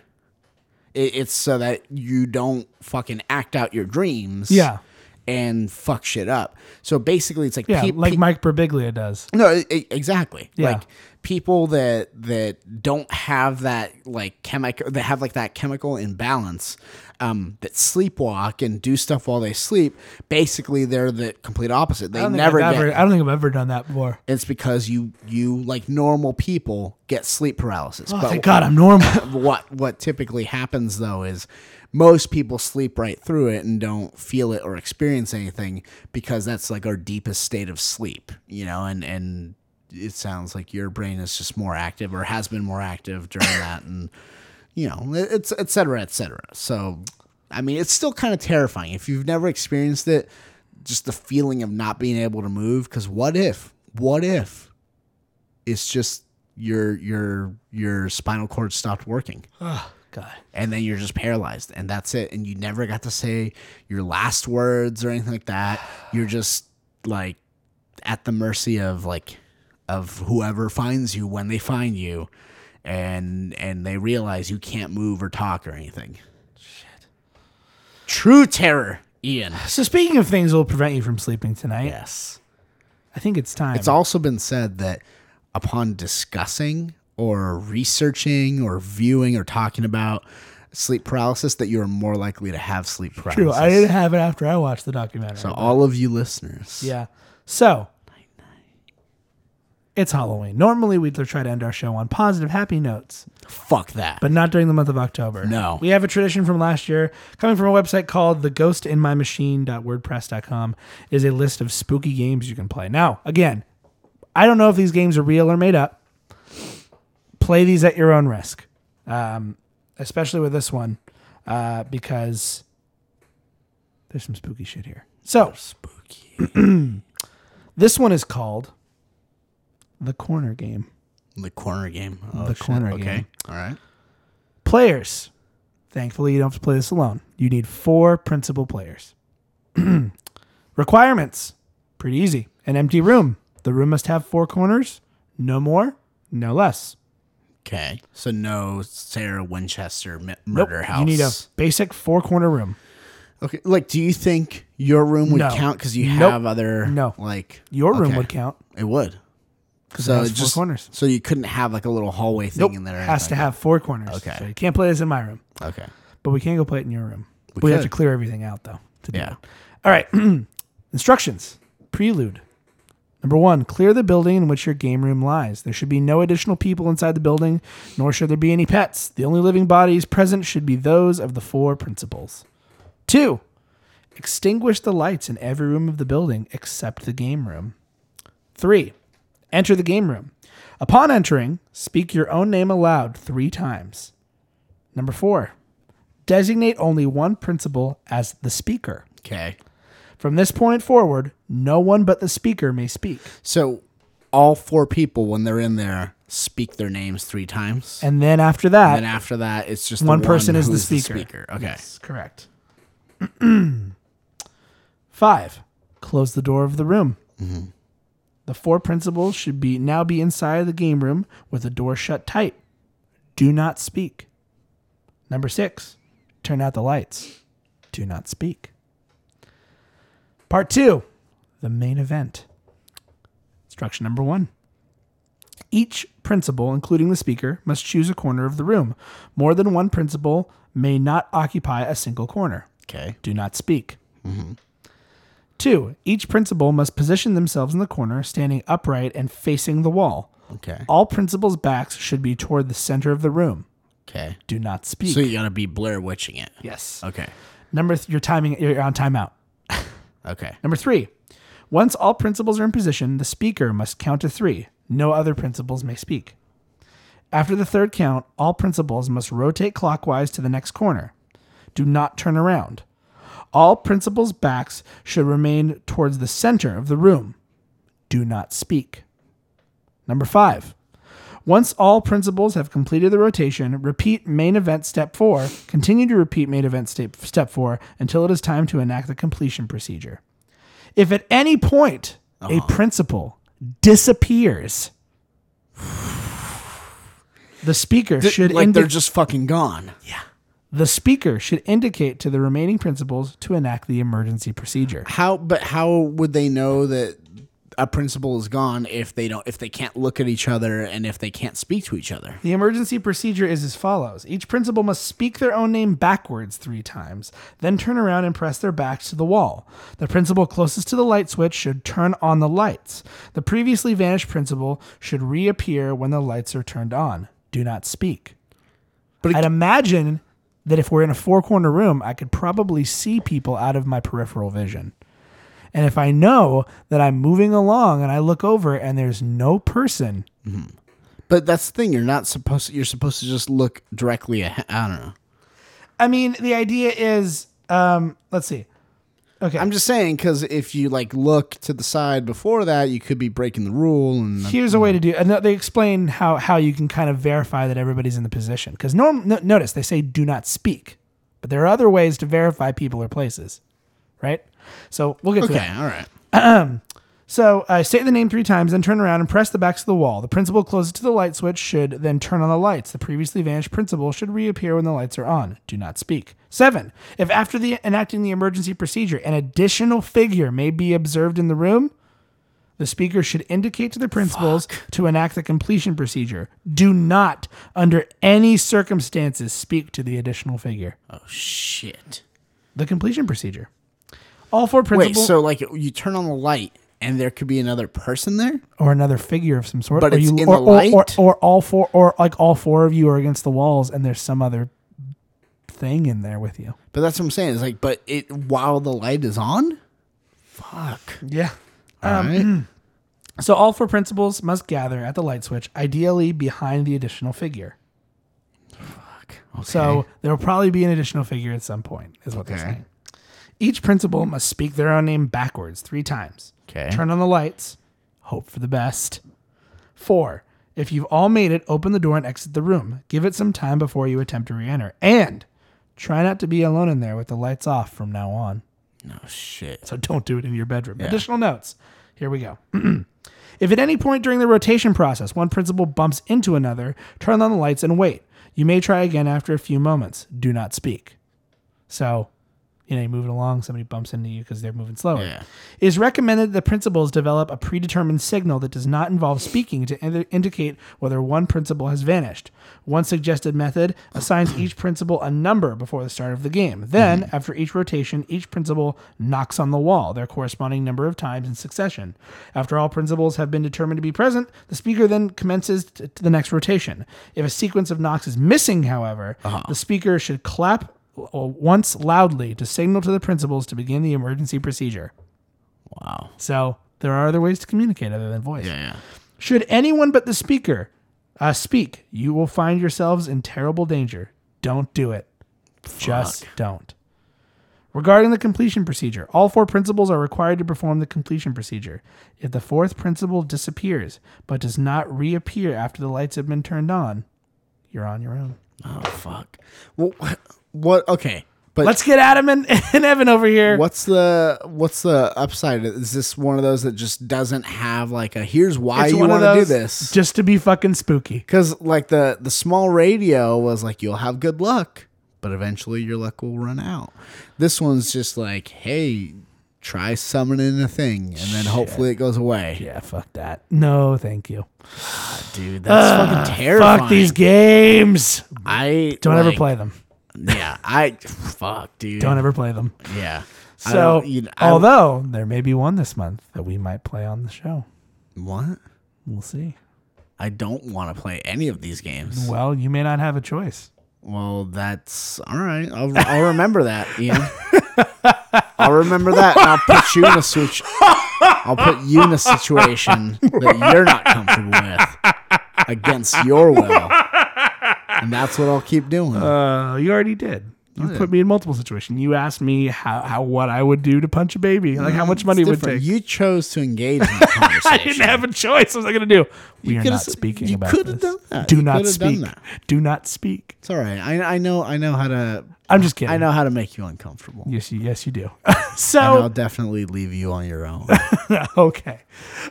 C: It, it's so that you don't fucking act out your dreams.
A: Yeah.
C: And fuck shit up. So basically, it's like
A: yeah,
C: pe-
A: like
C: pe-
A: Mike Birbiglia does.
C: no, e- e- exactly.
A: Yeah.
C: Like people that that don't have that like chemical that have like that chemical imbalance um, that sleepwalk and do stuff while they sleep. Basically, they're the complete opposite. They
A: I don't,
C: never
A: think
C: get.
A: I've ever, I don't think I've ever done that before.
C: it's because you you like normal people get sleep paralysis.
A: Oh, thank God, I'm normal.
C: what what typically happens though is most people sleep right through it and don't feel it or experience anything because that's like our deepest state of sleep, you know, and and it sounds like your brain is just more active or has been more active during that and you know, it- it's et cetera, et cetera. So I mean, it's still kind of terrifying if you've never experienced it. Just the feeling of not being able to move. Because what if? What if? It's just your your your spinal cord stopped working,
A: God.
C: and then you're just paralyzed, and that's it. And you never got to say your last words or anything like that. You're just like at the mercy of like of whoever finds you when they find you, and and they realize you can't move or talk or anything. True terror, Ian.
A: So speaking of things that will prevent you from sleeping tonight,
C: Yes.
A: I think it's time.
C: It's also been said that upon discussing or researching or viewing or talking about sleep paralysis, that you are more likely to have sleep paralysis.
A: true. I didn't have it after I watched the documentary.
C: so all of you listeners,
A: yeah. So it's Halloween. Normally we'd try to end our show on positive, happy notes.
C: fuck that.
A: but not during the month of October.
C: No.
A: We have a tradition from last year coming from a website called the ghostinmymachine.wordpress.com It is a list of spooky games you can play. Now, again, I don't know if these games are real or made up. Play these at your own risk. Um, especially with this one uh, because there's some spooky shit here. So, spooky. this one is called The Corner Game.
C: the corner game. Oh,
A: The
C: shit.
A: corner
C: okay.
A: game.
C: All right.
A: Players. Thankfully, you don't have to play this alone. You need four principal players. Requirements. Pretty easy. An empty room. The room must have four corners. No more, no less.
C: Okay. So no Sarah Winchester mi-
A: Nope.
C: murder house.
A: You need a basic four corner room.
C: Okay. Like, do you think your room would
A: No.
C: count because you
A: Nope.
C: have other
A: No.
C: like
A: Your room
C: okay.
A: would count.
C: It would.
A: it
C: So
A: has four
C: just
A: corners.
C: so you couldn't have like a little hallway thing
A: Nope.
C: in there. or
A: Has to
C: anything.
A: have four corners.
C: Okay.
A: So you can't play this in my room,
C: Okay.
A: but we can go play it in your room. We, have
C: could.
A: to clear everything out, though. To do
C: Yeah.
A: it. All right. Instructions. Prelude. Number one, clear the building in which your game room lies. There should be no additional people inside the building, nor should there be any pets. The only living bodies present should be those of the four principals. Two, extinguish the lights in every room of the building except the game room. Three, enter the game room. Upon entering, speak your own name aloud three times. Number four, designate only one principal as the speaker.
C: Okay.
A: From this point forward, no one but the speaker may speak.
C: So all four people when they're in there speak their names three times. And,
A: And then after that,
C: then after that it's just the
A: one person is the
C: who's
A: speaker.
C: Okay.
A: Yes, correct. Five, close the door of the room.
C: Mm-hmm.
A: The four principals should be now be inside the game room with the door shut tight. Do not speak. Number six, turn out the lights. Do not speak. Part two, the main event. Instruction number one. Each principal, including the speaker, must choose a corner of the room. More than one principal may not occupy a single corner.
C: Okay. Mm-hmm.
A: Do not speak. Two, each principal must position themselves in the corner, standing upright and facing the wall.
C: Okay.
A: All principals' backs should be toward the center of the room.
C: Okay.
A: Do not speak.
C: So you gotta be Blair witching it.
A: yes.
C: Okay.
A: Number, th- you're timing. You're on timeout.
C: Okay.
A: Number three, once all principals are in position, the speaker must count to three. No other principals may speak. After the third count, all principals must rotate clockwise to the next corner. Do not turn around. All principals' backs should remain towards the center of the room. Do not speak. Number five, once all principals have completed the rotation, repeat main event step four. Continue to repeat main event step, step four until it is time to enact the completion procedure. If at any point
C: Uh-huh.
A: a principal disappears, the speaker should
C: like
A: indi-
C: they're just fucking gone.
A: the speaker should indicate to the remaining principals to enact the emergency procedure.
C: How but how would they know that a principal is gone if they don't if they can't look at each other and if they can't speak to each other?
A: The emergency procedure is as follows. Each principal must speak their own name backwards three times, then turn around and press their backs to the wall. The principal closest to the light switch should turn on the lights. The previously vanished principal should reappear when the lights are turned on. Do not speak.
C: But it-
A: I'd imagine that if we're in a four corner room, I could probably see people out of my peripheral vision. And if I know that I'm moving along and I look over and there's no person,
C: But that's the thing. You're not supposed. To, you're supposed to just look directly. Ahead. I don't know.
A: I mean, the idea is um, let's see. Okay.
C: I'm just saying because if you like look to the side before that, you could be breaking the rule. And
A: Here's a way to do. And they explain how how you can kind of verify that everybody's in the position. Because norm, no, notice they say do not speak, but there are other ways to verify people or places, right? So we'll get to that.
C: okay, all right.
A: So uh, state the name three times, then turn around and press the backs of the wall. The principal closes to the light switch should then turn on the lights. The previously vanished principal should reappear when the lights are on. Do not speak. Seven. If after the enacting the emergency procedure, an additional figure may be observed in the room, the speaker should indicate to the principals to enact the completion procedure. Do not, under any circumstances, speak to the additional figure.
C: Oh shit.
A: The completion procedure. All four
C: Wait.
A: principals
C: So like you turn on the light and there could be another person there.
A: or another figure of some sort.
C: But
A: or
C: it's
A: you,
C: in
A: or,
C: the
A: or-
C: light?
A: Or, or all four, or like all four of you are against the walls, and there's some other thing in there with you.
C: But that's what I'm saying. It's like, but it while the light is on. Fuck.
A: Yeah.
C: All right.
A: hmm. So all four principals must gather at the light switch, ideally behind the additional figure. So there will probably be an additional figure at some point, is what they're
C: Okay.
A: saying. Each principal must speak their own name backwards three times.
C: Okay.
A: Turn on the lights. Hope for the best. Four. If you've all made it, open the door and exit the room. Give it some time before you attempt to re-enter, and try not to be alone in there with the lights off from now on.
C: No shit.
A: So don't do it in your bedroom. Additional notes. Here we go. if at any point during the rotation process one principal bumps into another, turn on the lights and wait. You may try again after a few moments. Do not speak. So, you know, you're moving along, somebody bumps into you because they're moving slower.
C: Yeah.
A: It is recommended that principals develop a predetermined signal that does not involve speaking to in- indicate whether one principal has vanished. One suggested method assigns each principal a number before the start of the game. Then, after each rotation, each principal knocks on the wall, their corresponding number of times in succession. After all principals have been determined to be present, the speaker then commences t- to the next rotation. If a sequence of knocks is missing, however, the speaker should clap w- uh, once loudly to signal to the principals to begin the emergency procedure.
C: Wow.
A: So there are other ways to communicate other than voice.
C: Yeah.
A: Should anyone but the speaker uh, speak, you will find yourselves in terrible danger. Don't do it. Just don't. Regarding the completion procedure, all four principals are required to perform the completion procedure. If the fourth principal disappears but does not reappear after the lights have been turned on, you're on your own.
C: Oh fuck. Well, what? Okay. But
A: Let's get Adam and, and Evan over here.
C: What's the what's the upside? Is this one of those that just doesn't have like a here's why
A: It's
C: you
A: one of
C: want to do
A: those
C: this?
A: Just to be fucking spooky.
C: Because like the the small radio was like you'll have good luck, but eventually your luck will run out. This one's just like hey, try summoning a thing and then hopefully it goes away.
A: Yeah, fuck that. No, thank you.
C: Dude, that's fucking terrifying.
A: Fuck these games.
C: I
A: Don't ever
C: like,
A: play them.
C: Yeah, I fuck, dude.
A: Don't ever play them.
C: Yeah. I
A: So,
C: don't- you know, I-
A: although there may be one this month that we might play on the show,
C: what?
A: we'll see.
C: I don't want to play any of these games.
A: Well, you may not have a choice.
C: Well, that's all right. I'll, I'll remember that, Ian. I'll remember that, and I'll put you in a switch. I'll put you in a situation that you're not comfortable with against your will, and that's what I'll keep doing.
A: Uh, you already did. You
C: Oh,
A: put me in multiple situations. You asked me how, how what I would do to punch a baby, like how much money
C: It's
A: it would
C: different.
A: take.
C: You chose to engage in the conversation.
A: I didn't have a choice. What was I going to do? We are
C: coulda
A: not
C: s-
A: speaking
C: you
A: about
C: coulda
A: this.
C: done that.
A: Do
C: You
A: not
C: coulda done
A: speak.
C: that.
A: Do not speak.
C: It's all right. I, I know. I know how to.
A: I'm just kidding.
C: I know how to make you uncomfortable.
A: Yes, you, yes, you do.
C: And I'll
A: so
C: definitely leave you on your own.
A: okay.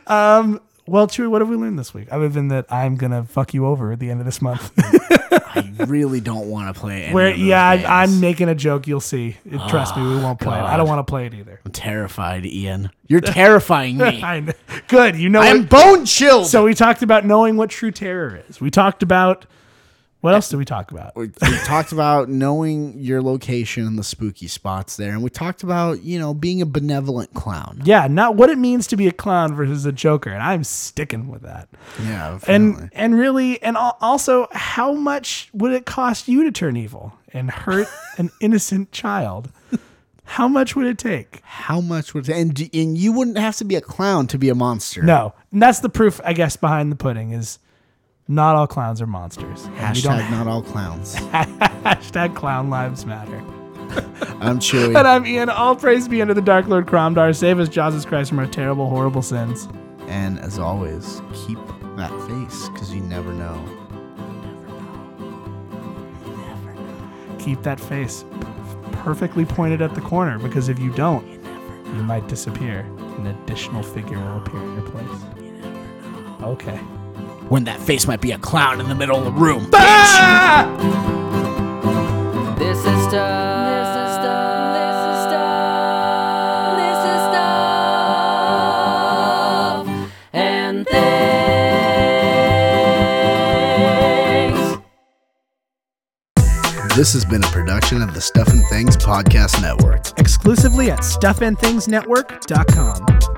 A: Um, well, Chewy, what have we learned this week other than that I'm gonna fuck you over at the end of this month?
C: I really don't want to play. Any
A: Where
C: of those
A: yeah,
C: games.
A: I, I'm making a joke. You'll see. It- Trust me, we won't play it. I don't
C: God.
A: want to play it either.
C: terrified, Ian. You're terrifying me.
A: I kn- Good, you know.
C: I'm
A: it.
C: bone chilled.
A: So we talked about knowing what true terror is. We talked about what else did we talk about?
C: we we talked about knowing your location and the spooky spots there, and we talked about you know being a benevolent clown.
A: Yeah, not what it means to be a clown versus a joker, and I'm sticking with that.
C: Yeah,
A: And and really, and al- also, how much would it cost you to turn evil? and hurt an innocent child, how much would it take?
C: How much would and d- and you wouldn't have to be a clown to be a monster.
A: No, and that's the proof, I guess, behind the pudding is not all clowns are monsters. And we don't-
C: Hashtag not all clowns.
A: hashtag clown lives matter.
C: I'm Chewy.
A: And I'm Ian. All praise be unto the Dark Lord Cromdar. Save us, Jesus Christ, from our terrible, horrible sins.
C: And as always, keep that face because you never know.
A: Keep that face perfectly pointed at the corner because if you don't, you might disappear. An additional figure will appear in your place. Okay.
C: When that face might be a clown in the middle of the room.
B: This is stuff. This is stuff. This is stuff. This is stuff. And things.
C: This has been a production of the Stuff and Things Podcast Network.
D: Exclusively at stuffandthingsnetwork.com.